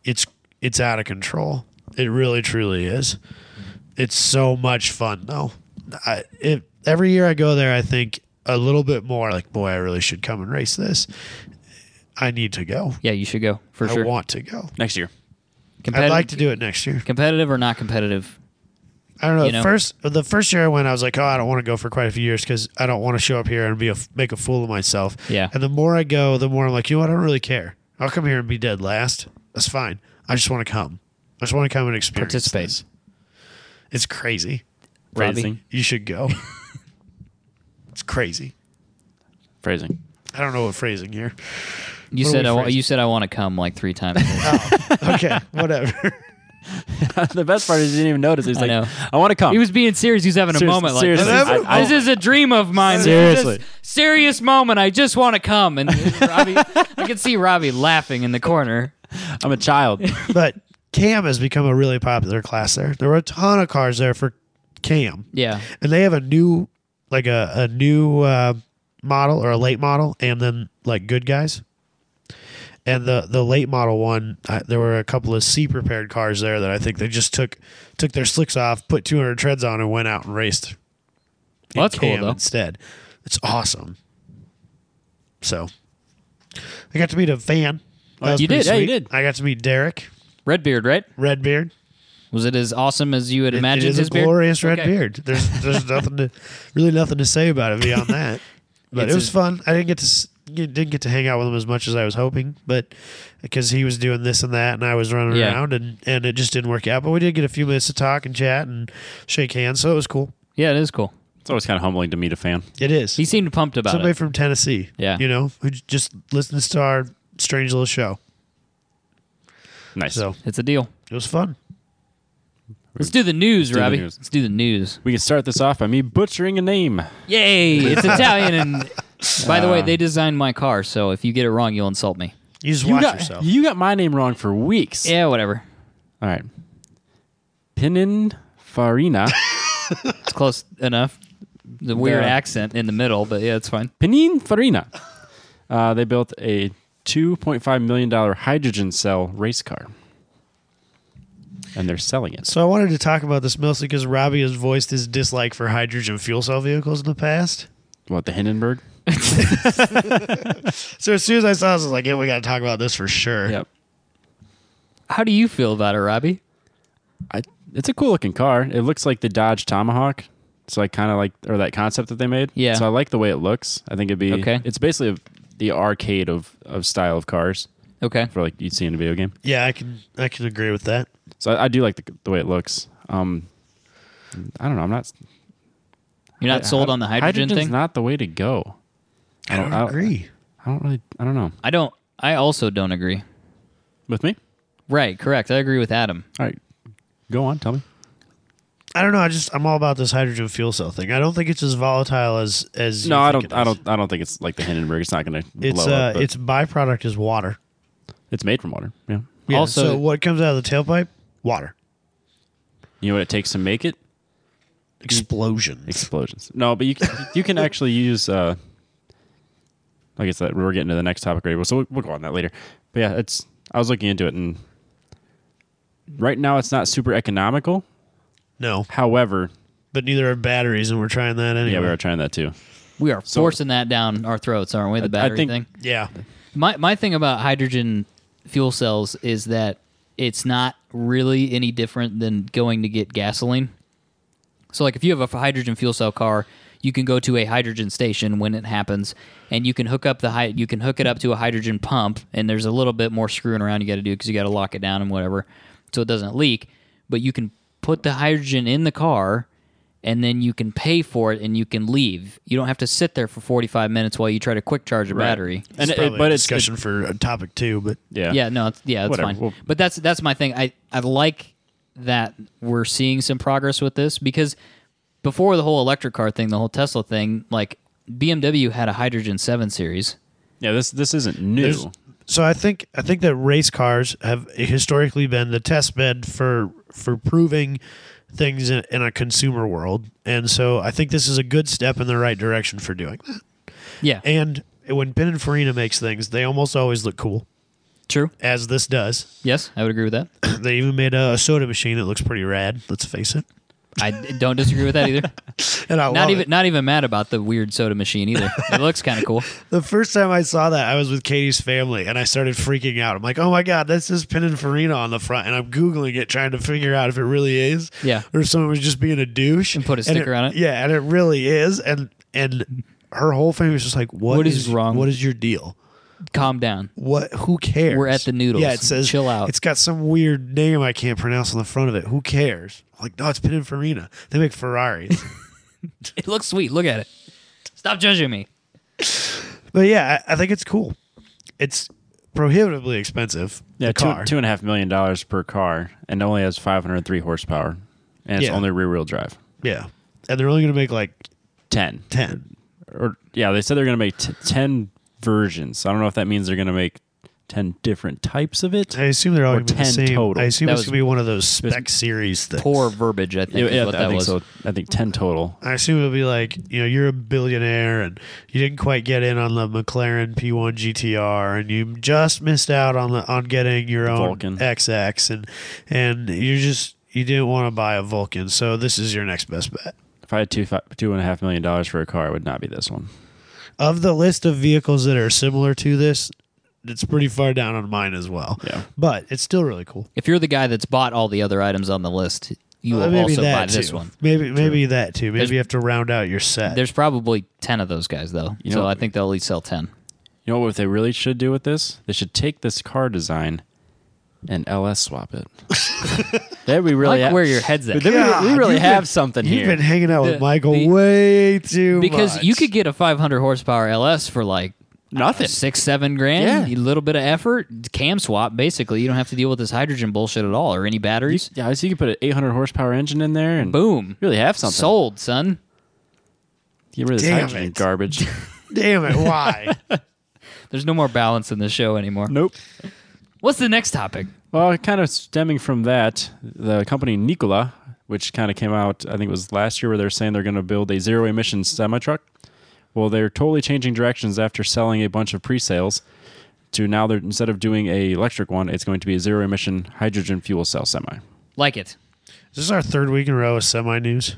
It's it's out of control. It really truly is. It's so much fun though. I, it, every year I go there, I think a little bit more like, boy, I really should come and race this. I need to go. yeah, you should go for sure. I want to go. next year. I'd like to do it next year. competitive or not competitive. I don't know. You at know? First, the first year I went, I was like, "Oh, I don't want to go for quite a few years because I don't want to show up here and be a f- make a fool of myself." Yeah. And the more I go, the more I'm like, "You know what? I don't really care. I'll come here and be dead last. That's fine. I just want to come. I just want to come and experience. Participate. this." It's crazy. Robbie? Phrasing. You should go. it's crazy. Phrasing. I don't know what phrasing here. You What are said we I, wa- phrasing? you said I want to come like three times. Okay, whatever. the best part is he didn't even notice. He's I like, know. I want to come. he was being serious. He was having a Seriously- moment. Like seriously. this, is, I- I- this is a dream of mine. This is Seriously. a serious moment. I just want to come. And Robbie, I could see Robbie laughing in the corner. I'm a child. but Cam has become a really popular class there. There were a ton of cars there for Cam. Yeah, and they have a new like a, a new uh, model or a late model and then like good guys and the the late model one I, there were a couple of c prepared cars there that i think they just took took their slicks off put 200 treads on and went out and raced in Well, that's cool, Cam though. instead it's awesome so i got to meet a fan That was You pretty did, yeah, you sweet. did. i got to meet derek Redbeard, right? redbeard Was it as awesome as you had It- imagined? it is his a beard? glorious red Okay. beard. There's there's nothing to really nothing to say about it beyond that. But It's it was a- fun. I didn't get to s- get- didn't get to hang out with him as much as I was hoping, but because he was doing this and that, and I was running Yeah. around, and and it just didn't work out. But we did get a few minutes to talk and chat and shake hands, so it was cool. Yeah, it is cool. It's always kind of humbling to meet a fan. It is He seemed pumped about somebody it. from Tennessee, Yeah. you know, who j- just listens to our strange little show. Nice. So It's a deal. it was fun. Let's do the news, the Robbie. news. Let's do the news. we can start this off by me butchering a name. Yay! It's Italian, and by the way, they designed my car, so if you get it wrong, you'll insult me. You just You watch got, yourself. you got my name wrong for weeks. Yeah, whatever. All right. Pininfarina. It's close enough. The weird Yeah. accent in the middle, but yeah, it's fine. Pininfarina. Uh, they built a $2.5 million hydrogen cell race car. And they're selling it. So I wanted to talk about this mostly because Robbie has voiced his dislike for hydrogen fuel cell vehicles in the past. What, the Hindenburg? So as soon as I saw this, I was like, "Yeah, we got to talk about this for sure." Yep. How do you feel about it, Robbie? I, it's a cool looking car. It looks like the Dodge Tomahawk. So I kind of like, or that concept that they made. Yeah. So I like the way it looks. I think it'd be, Okay. it's basically a, the arcade of, of style of cars Okay. for like you'd see in a video game. Yeah, I can I can agree with that. So I, I do like the, the way it looks. Um, I don't know. I'm not You're not sold on the hydrogen Hydrogen's thing? not the way to go. I don't agree. I don't really. I don't know. I don't. I also don't agree. With me? Right, correct. I agree with Adam. All right. Go on. Tell me. I don't know. I just I'm all about this hydrogen fuel cell thing. I don't think it's as volatile as as you No, I think don't. it I is. don't. I don't think it's like the Hindenburg. It's not going to blow It's up. uh, but its byproduct is water. it's made from water. Yeah. Mm-hmm. Yeah, Also- so what comes out of the tailpipe? Water You know what it takes to make it? explosion. Explosions. No, but you can, you can actually use. Uh, like I said, we're getting to the next topic right. So we'll, we'll go on that later. But yeah, it's. I was looking into it, and right now it's not super economical. No, However, but neither are batteries, and we're trying that anyway. yeah, we are trying that too. We are forcing that down our throats, aren't we? The battery think- thing. yeah. My my thing about hydrogen fuel cells is that it's not really any different than going to get gasoline. So like if you have a f- hydrogen fuel cell car, you can go to a hydrogen station when it happens and you can hook up the hy- you can hook it up to a hydrogen pump and there's a little bit more screwing around you got to do cuz you got to lock it down and whatever so it doesn't leak, but you can put the hydrogen in the car and then you can pay for it and you can leave. You don't have to sit there for 45 minutes while you try to quick charge a battery. And It's it- probably but a it's discussion for a topic two, but Yeah. Yeah, no, it's, yeah, that's Whatever, fine. we'll- but that's that's my thing. I I like that we're seeing some progress with this because before the whole electric car thing, the whole Tesla thing, like BMW had a hydrogen seven series. Yeah, this this isn't new. There's- so I think I think that race cars have historically been the test bed for for proving things in, in a consumer world, and so I think this is a good step in the right direction for doing that. Yeah, And when Pininfarina makes things, they almost always look cool, true. as this does. Yes, I would agree with that. they even made a, soda machine that looks pretty rad. Let's face it. I d- don't disagree with that either. And I Not love even it. not even mad about the weird soda machine either. It looks kind of cool. The first time I saw that, I was with Katie's family, and I started freaking out. I'm like, "Oh my god, that's just Pininfarina on the front," and I'm googling it, trying to figure out if it really is. Yeah. or if someone was just being a douche And put a sticker on it. Yeah, and it really is. And and her whole family was just like, What is wrong? What is your deal? Calm down. What? Who cares? We're at the noodles. Yeah, it says Chill out. It's got some weird name I can't pronounce on the front of it. Who cares? I'm like, no, it's Pininfarina. They make Ferraris. It looks sweet. Look at it. Stop judging me. but yeah, I, I think it's cool. It's prohibitively expensive. yeah, the two, car. two and a half million dollars per car, and only has 503 horsepower, and it's Yeah. only rear wheel drive. Yeah, and they're only going to make like Ten ten. or yeah, they said they're gonna make t- ten versions. I don't know if that means they're gonna make ten different types of it. I assume they're all Or going to be the 10 same. total. I assume That it's was- going to be one of those spec series things. Poor verbiage. I Yeah, think is yeah, what I that think was. so. I think ten total. I assume it'll be like, you know, you're a billionaire and you didn't quite get in on the McLaren P1 GTR and you just missed out on the on getting your own Vulcan. XX and and you just you didn't want to buy a Vulcan, so this is your next best bet. If I had two fi- two and a half million dollars for a car, it would not be this one. Of the list of vehicles that are similar to this, it's pretty far down on mine as well. Yeah. But it's still really cool. If you're the guy that's bought all the other items on the list, you Uh, will also buy this too. one. Maybe maybe that too. Maybe There's- you have to round out your set. There's probably ten of those guys though, You so know- I think they'll at least sell ten. You know what they really should do with this? They should take this car design and LS swap it. that we really Like ha- where your head's at. Then we- God, we, really you've have been- something You've here. been hanging out The- with Michael the- way too because much. you could get a 500 horsepower LS for like I don't know, Nothing. six, seven grand. A Yeah. little bit of effort, cam swap. Basically, you don't have to deal with this hydrogen bullshit at all or any batteries. yeah, so you could put an 800 horsepower engine in there and Boom, really have something. sold, son. Get rid of this Damn hydrogen it. garbage. Damn it! Why? There's no more balance in the show anymore. nope. What's the next topic? Well, kind of stemming from that, the company Nikola, which kind of came out, I think it was last year, where they're saying they're going to build a zero emission semi truck. Well, they're totally changing directions after selling a bunch of pre sales to now they're instead of doing a electric one, it's going to be a zero emission hydrogen fuel cell semi. Like it. this is our third week in a row of semi news.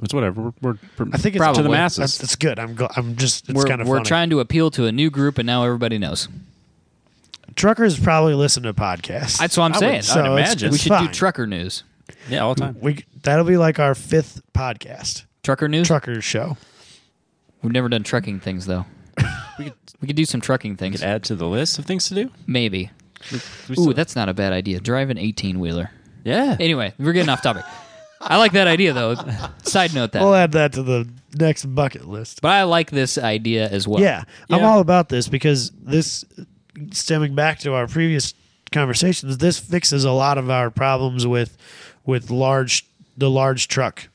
It's whatever. We're, we're I think it's Probably. to the That's, masses. that's good. I'm gl- I'm just it's we're kind of we're funny. trying to appeal to a new group, and now everybody knows. Truckers probably listen to podcasts. That's what I'm I saying. would- so I'd it's- imagine. it's we should fine. do trucker news. Yeah, all the time. We that'll be like our fifth podcast Trucker news. trucker show. We've never done trucking things though. We could, We could do some trucking things. could add to the list of things to do. Maybe. We Ooh, still- that's not a bad idea. Drive an 18 wheeler. yeah. Anyway, we're getting off topic. I like that idea though. Side note that. We'll add that to the next bucket list. but I like this idea as well. yeah, I'm Yeah. all about this because this, stemming back to our previous conversations, this fixes a lot of our problems with, with large the large truck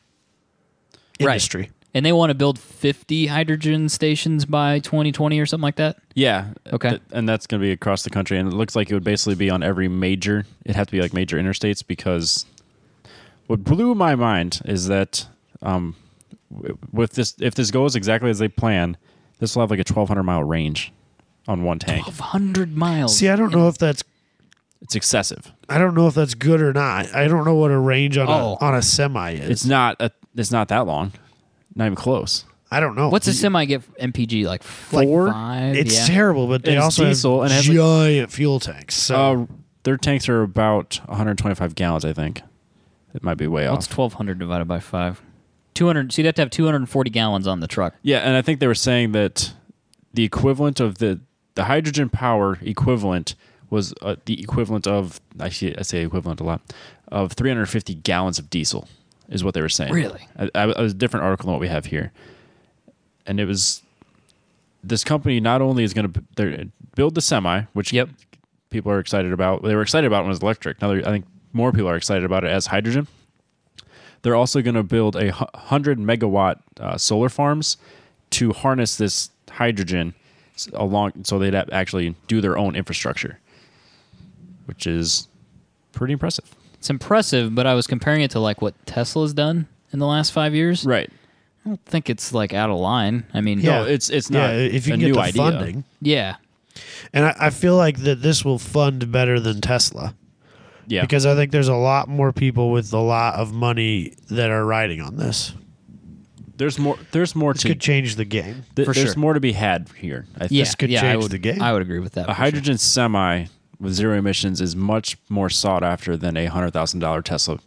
Right. industry. And they want to build 50 hydrogen stations by 2020 or something like that. Yeah. Okay. Th- and that's going to be across the country, and it looks like it would basically be on every major. It have to be like major interstates because what blew my mind is that um, w- with this, if this goes exactly as they plan, this will have like a 1,200 mile range on one tank. 100 miles. See, I don't know if that's It's excessive. I don't know if that's good or not. I don't know what a range on Oh. a on a semi is. It's not. A, it's not that long. Not even close. I don't know. What's a semi get MPG like Like, four? five? It's yeah. terrible, but they It's also diesel and have it has, like- giant fuel tanks. So Uh, their tanks are about 125 gallons, I think. It might be way off. What's 1,200 divided by five? 200. So you'd have to have 240 gallons on the truck. Yeah, and I think they were saying that the equivalent of the the hydrogen power equivalent was uh, the equivalent of I see I say equivalent a lot of 350 gallons of diesel is what they were saying. Really? I, I, it was a different article than what we have here, and it was this company not only is going to build the semi, which Yep. people are excited about. They were excited about when it was electric. Now they're- I think more people are excited about it as hydrogen. They're also going to build a hu- 100 megawatt uh, solar farms to harness this hydrogen s- along so they'd a- actually do their own infrastructure, which is pretty impressive. It's impressive, but I was comparing it to like what Tesla's done in the last five years. Right. I don't think it's like out of line. I mean, Yeah. No, it's it's yeah, not if you a can get new the idea. funding, yeah. and I, I feel like that this will fund better than Tesla Yeah. because I think there's a lot more people with a lot of money that are riding on this. there's more there's more This to could change the game. th- for there's sure. more to be had here. I think. Yeah, This could yeah, I change would, the game. I would agree with that. A for sure. hydrogen semi with zero emissions is much more sought after than a hundred thousand dollar Tesla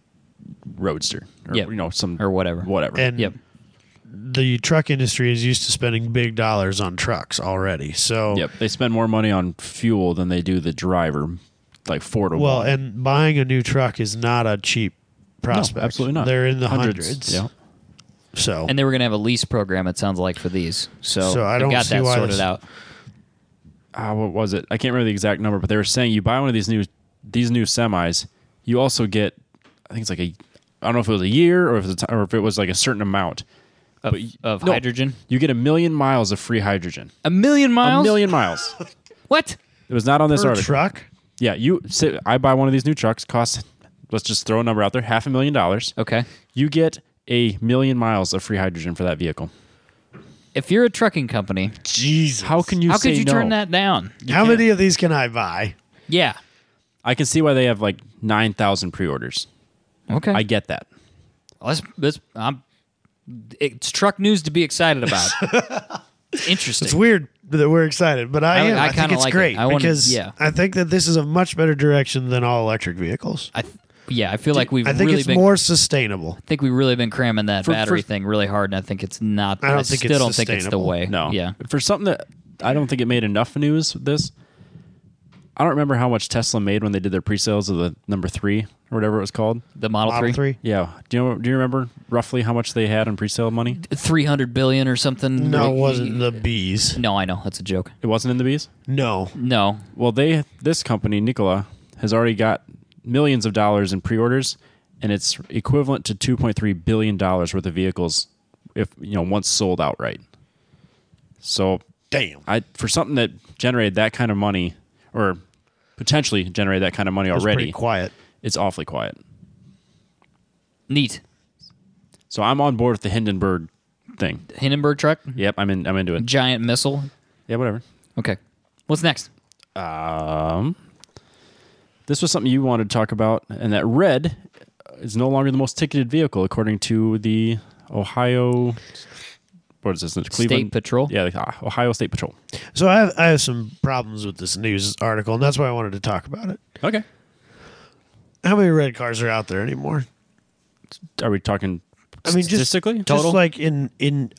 Roadster, or Yep. you know some Or whatever. whatever. And Yep. the truck industry is used to spending big dollars on trucks already. So yep, they spend more money on fuel than they do the driver, like four to well, one. and buying a new truck is not a cheap prospect. no, absolutely not. They're in the hundreds. Yeah, So And they were going to have a lease program. It sounds like for these. So, So I they don't got see that why sorted this- out. Ah, what was it? I can't remember the exact number, but they were saying you buy one of these new these new semis, you also get, I think it's like a, I don't know if it was a year or if it was, a ti- or if it was like a certain amount of, of hydrogen? You get a million miles of free hydrogen. A million miles. A million miles. What? It was not on this per article. truck, Yeah, you say I buy one of these new trucks, costs let's just throw a number out there, half a million dollars. Okay. You get a million miles of free hydrogen for that vehicle. If you're a trucking company, Jesus, How can you how say could you no? turn that down? how many of these can I buy? Yeah. I can see why they have like 9,000 pre-orders. Okay. I get that. let's, let's, I'm, it's truck news to be excited about. It's interesting. It's weird that we're excited, but I, I- am. I I, kinda think it's like it. great I wanna- because yeah. I think that this is a much better direction than all electric vehicles. I th- yeah, I feel like we've I think really it's been. more sustainable. I think we've really been cramming that For- battery for- thing really hard, and I think it's not. I don't think still it's don't think it's the sustainable. way. No. Yeah. For something that I don't think it made enough news with this. I don't remember how much Tesla made when they did their pre-sales of the number 3 or whatever it was called. The Model, Model 3? three. Yeah. Do you do you remember roughly how much they had in pre-sale money? 300 billion or something. No, Like, it wasn't the bees. No, I know. That's a joke. It wasn't in the bees? No, No. Well, they this company Nikola has already got millions of dollars in pre-orders, and it's equivalent to 2.3 billion dollars worth of vehicles, if you know once sold outright. So, damn. I for something that generated that kind of money, or potentially generated that kind of money It was already, pretty quiet. it's awfully quiet. Neat. So I'm on board with the Hindenburg thing. Hindenburg truck. Yep, I'm in. I'm into Mm. it. Giant missile. Yeah, whatever. Okay. What's next? Um, this was something you wanted to talk about, and that red is no longer the most ticketed vehicle, according to the Ohio. What is this? the Cleveland Patrol? Yeah, the Ah, Ohio State Patrol. So I have, I have some problems with this news article, and that's why I wanted to talk about it. Okay. How many red cars are out there anymore? Are we talking? I mean, just- statistically, Just like in in,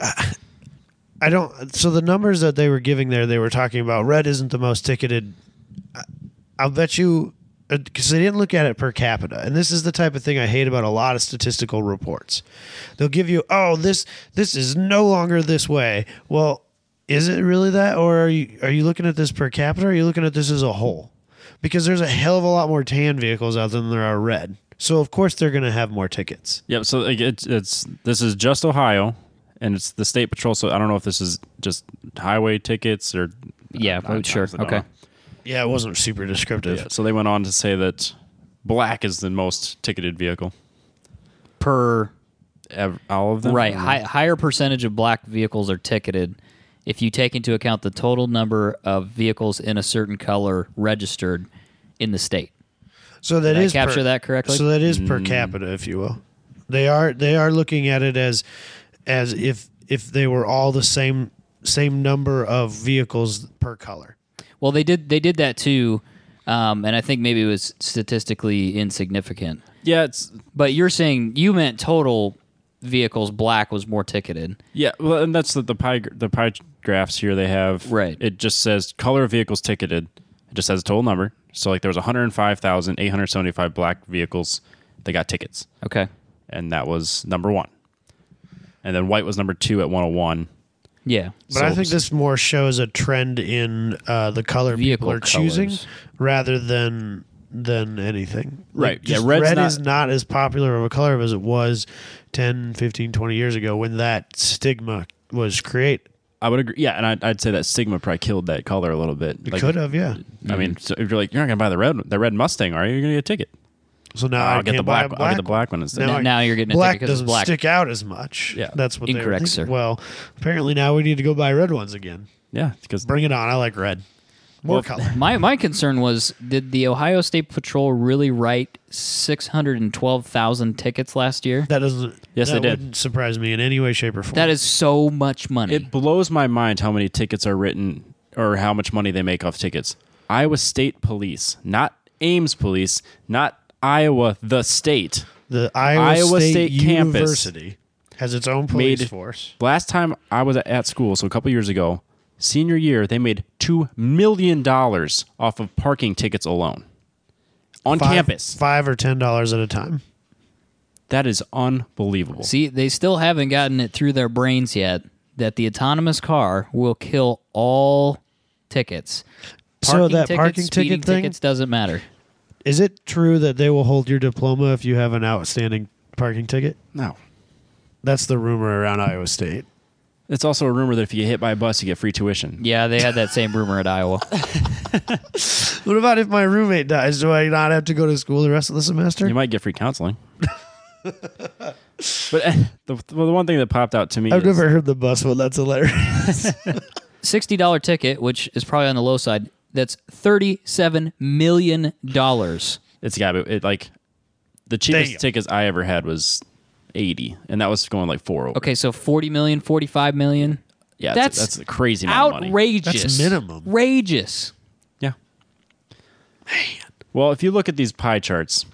I don't. So the numbers that they were giving there, they were talking about red isn't the most ticketed. I- I'll bet you, because they didn't look at it per capita, and this is the type of thing I hate about a lot of statistical reports. They'll give you, oh, this this is no longer this way. Well, is it really that, or are you are you looking at this per capita? Or are you looking at this as a whole? Because there's a hell of a lot more tan vehicles out there than there are red. So of course they're going to have more tickets. Yep. So like, it's, it's this is just Ohio, and it's the state patrol. So I don't know if this is just highway tickets or Yeah, I- I sure. honestly don't Okay. know. Yeah, it wasn't super descriptive. Yeah, so they went on to say that black is the most ticketed vehicle. Per Ev- all of them. right, Or- hi, higher percentage of black vehicles are ticketed if you take into account the total number of vehicles in a certain color registered in the state. So that Did I is capture per- that correctly? So that is per capita, if you will. They are they are looking at it as as if if they were all the same same number of vehicles per color. Well, they did they did that too, um, and I think maybe it was statistically insignificant. Yeah, it's But you're saying you meant total vehicles black was more ticketed. yeah. Well, and that's the, the pie gr- the pie graphs here. They have Right. It just says color of vehicles ticketed. It just says total number. So like there was 105,875 black vehicles. They got tickets, Okay. and that was number one. And then white was number two at 101. Yeah. But I So- think this more shows a trend in uh, the color Vehicle people are choosing colors. rather than than anything. Like, Right. Yeah, just red's red not- is not as popular of a color as it was 10, 15, 20 years ago when that stigma was created. I would agree. Yeah, and I'd, I'd say that Sigma probably killed that color a little bit. It Like, could have, yeah. I mean, so if you're like you're not gonna buy the red the red Mustang, are you? You're gonna get a ticket. So now I'll I Oh, get can't the buy black. a I'll get black the black one instead. No. now Now I- you're getting a black ticket 'cause it's doesn't black. stick out as much. Yeah. that's what they were Incorrect, sir. thinking. Well, apparently now we need to go buy red ones again. Yeah, because Bring it on. I like red. More Well, color. My my concern was did the Ohio State Patrol really write 612,000 tickets last year? That doesn't. Yes, that they did. Wouldn't surprise me in any way, shape, or form. That is so much money. It blows my mind how many tickets are written or how much money they make off tickets. Iowa State Police, not Ames Police, not Iowa the state. the Iowa, Iowa State, State campus University has its own police made- force. Last time I was at school, so a couple years ago, senior year, they made two million dollars off of parking tickets alone on Five- campus. five or ten dollars at a time. That is unbelievable. See, they still haven't gotten it through their brains yet that the autonomous car will kill all tickets. So that parking ticket speeding thing- tickets doesn't matter. Is it true that they will hold your diploma if you have an outstanding parking ticket? no. That's the rumor around Iowa State. It's also a rumor that if you get hit by a bus, you get free tuition. Yeah, they had that same rumor at Iowa. What about if my roommate dies? Do I not have to go to school the rest of the semester? You might get free counseling. but eh, the, well, the one thing that popped out to me I've is, never heard the bus one. That's hilarious. Sixty dollar ticket, which is probably on the low side. That's thirty seven million dollars. It's got to be it, like the cheapest Damn. tickets I ever had was 80 and that was going like 4 over. Okay, so 40 million, 45 million. Yeah, That's that's that's a crazy amount of money. Outrageous. That's minimum. Outrageous. Yeah. Well, if you look at these pie charts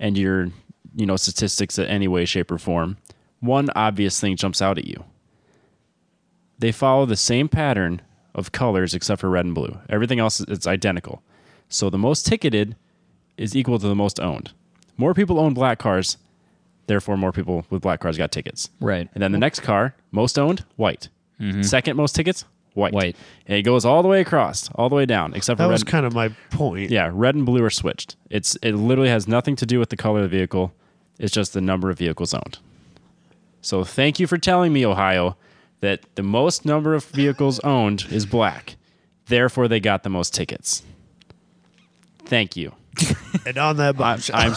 and your, you know, statistics in any way, shape, or form, one obvious thing jumps out at you. They follow the same pattern of colors except for red and blue. Everything else is identical. So the most ticketed is equal to the most owned. More people own black cars, therefore more people with black cars got tickets. Right. And then the next car, most owned, white. Second most tickets, white. Mm-hmm. White. And it goes all the way across, all the way down, except for That red. was kind of my point. yeah, red and blue are switched. It's it literally has nothing to do with the color of the vehicle. It's just the number of vehicles owned. So thank you for telling me, Ohio, that the most number of vehicles owned is black. Therefore, they got the most tickets. Thank you. And on that I'm, box, I'm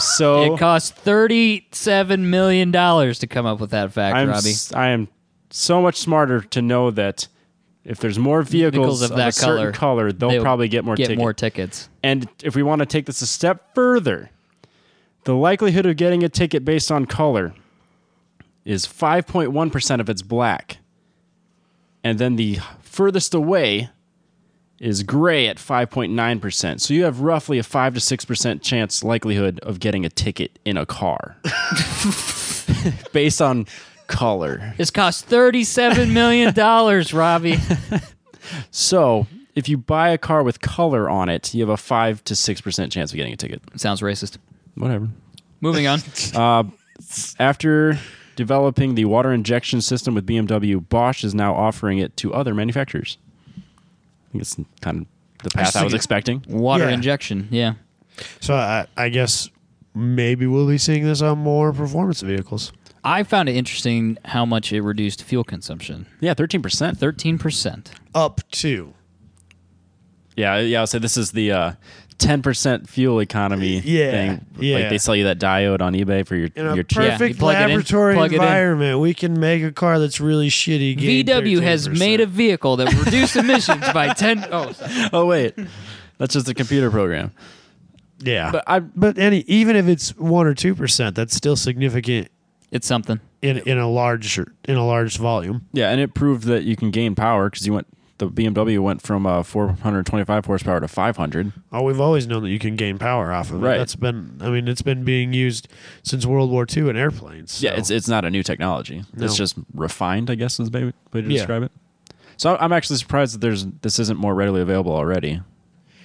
so It cost thirty-seven million dollars to come up with that fact, I'm Robbie. s- I am so much smarter to know that if there's more vehicles, of of, that a color, certain color, they'll they'll probably get more Get tickets. more tickets. And if we want to take this a step further, the likelihood of getting a ticket based on color is 5.1% if it's black. And then the furthest away is gray at 5.9%. So you have roughly a 5 to 6% chance likelihood of getting a ticket in a car based on color. This cost thirty-seven million dollars, Robbie. So if you buy a car with color on it, you have a 5 to 6% chance of getting a ticket. Sounds racist. Whatever. Moving on. After developing the water injection system with BMW, Bosch is now offering it to other manufacturers. I think it's kind of the path I was think it- expecting. Water Yeah. injection. Yeah. so I, I guess maybe we'll be seeing this on more performance vehicles. I found it interesting how much it reduced fuel consumption. Yeah, thirteen percent. Thirteen percent. Up to. Yeah, yeah. I'll say this is the uh, ten percent fuel economy. Yeah, thing. yeah. Like they sell you that diode on eBay for your In a your cheap. Yeah, you perfect plug it in, laboratory plug it in. environment, we can make a car that's really shitty. gain VW has 13%. made a vehicle that reduced emissions by ten. Oh, sorry. Oh wait, that's just a computer program. yeah, But but, I any even if it's one or two percent, that's still significant it's something. in in a large in a large volume. yeah, and it proved that you can gain power because you went the BMW went from uh, four hundred twenty five horsepower to five hundred. Oh, we've always known that you can gain power off of it. Right. That's been I mean it's been being used since World War II in airplanes. Yeah, so- it's it's not a new technology. No. It's just refined, I guess, is the way way to Yeah. describe it. So I'm actually surprised that there's this isn't more readily available already.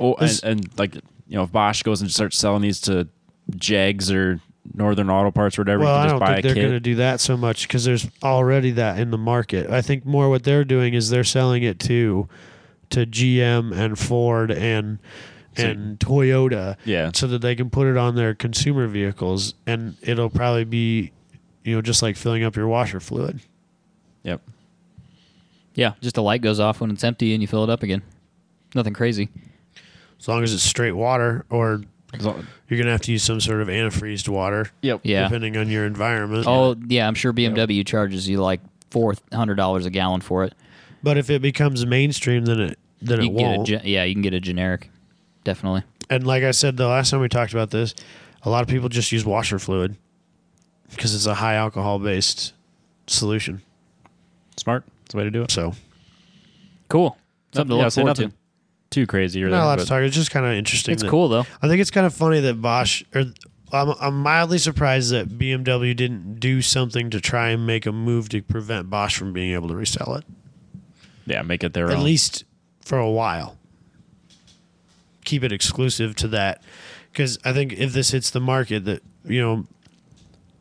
Oh, and, This- and like you know, if Bosch goes and starts selling these to Jags or Northern Auto Parts or whatever, well, you I can just don't buy think they're a going to kit. do that so much because there's already that in the market. I think more what they're doing is they're selling it to to GM and Ford and and Toyota, Yeah. so that they can put it on their consumer vehicles, and it'll probably be, you know, just like filling up your washer fluid. Yep. Yeah, just a light goes off when it's empty and you fill it up again. Nothing crazy. As long as it's straight water, or So- you're going to have to use some sort of antifreezed water, Yep. Yeah. depending on your environment. Oh yeah, I'm sure BMW charges you like four hundred dollars a gallon for it. But if it becomes mainstream, then it then You it can get a won't. ge- yeah, you can get a generic, definitely. and like I said the last time we talked about this, a lot of people just use washer fluid because it's a high alcohol based solution. Smart. That's the way to do it. So Cool. Something yeah, to look say forward nothing to. too crazy. Or not a lot there, to but talk. It's just kind of interesting. It's that- cool though. I think it's kind of funny that Bosch or I'm, I'm mildly surprised that BMW didn't do something to try and make a move to prevent Bosch from being able to resell it Yeah, make it their at own. least for a while. Keep it exclusive to that because I think if this hits the market, that you know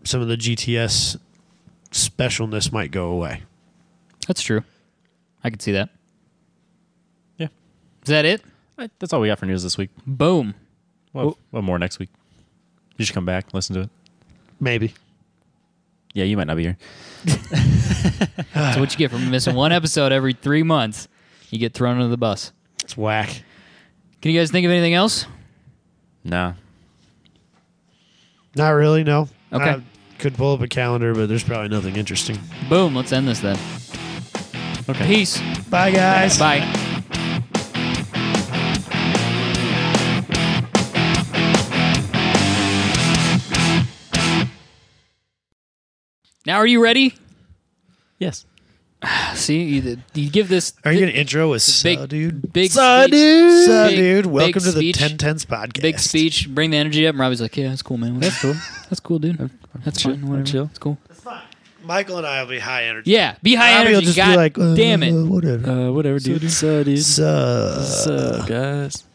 some of the GTS specialness might go away. That's true. I could see that. Yeah. Is that it? I- That's all we got for news this week. Boom. Well, one more next week. You should come back, listen to it. Maybe. Yeah, you might not be here. That's what you get for missing one episode every three months. You get thrown under the bus. It's whack. Can you guys think of anything else? Nah. Not really, no. Okay. I could pull up a calendar, but there's probably nothing interesting. Boom. Let's end this then. Okay. Peace. Bye, guys. Bye. Now, are you ready? Yes. See, you, you give this. Are you going to intro with big- "Suh, dude"? big Suh, speech- dude. Suh, big- dude. big Welcome to the speech- Ten Tens podcast. big speech, bring the energy up, and Robbie's like, "Yeah, that's cool, man. That's cool. That's cool, dude. That's chill- fine. Whatever. chill. It's cool. Michael and I will be high energy. Yeah, be high Robbie energy. will just God be like, uh, damn it. whatever. Uh, whatever, dude. So, dude. Suh. So, guys.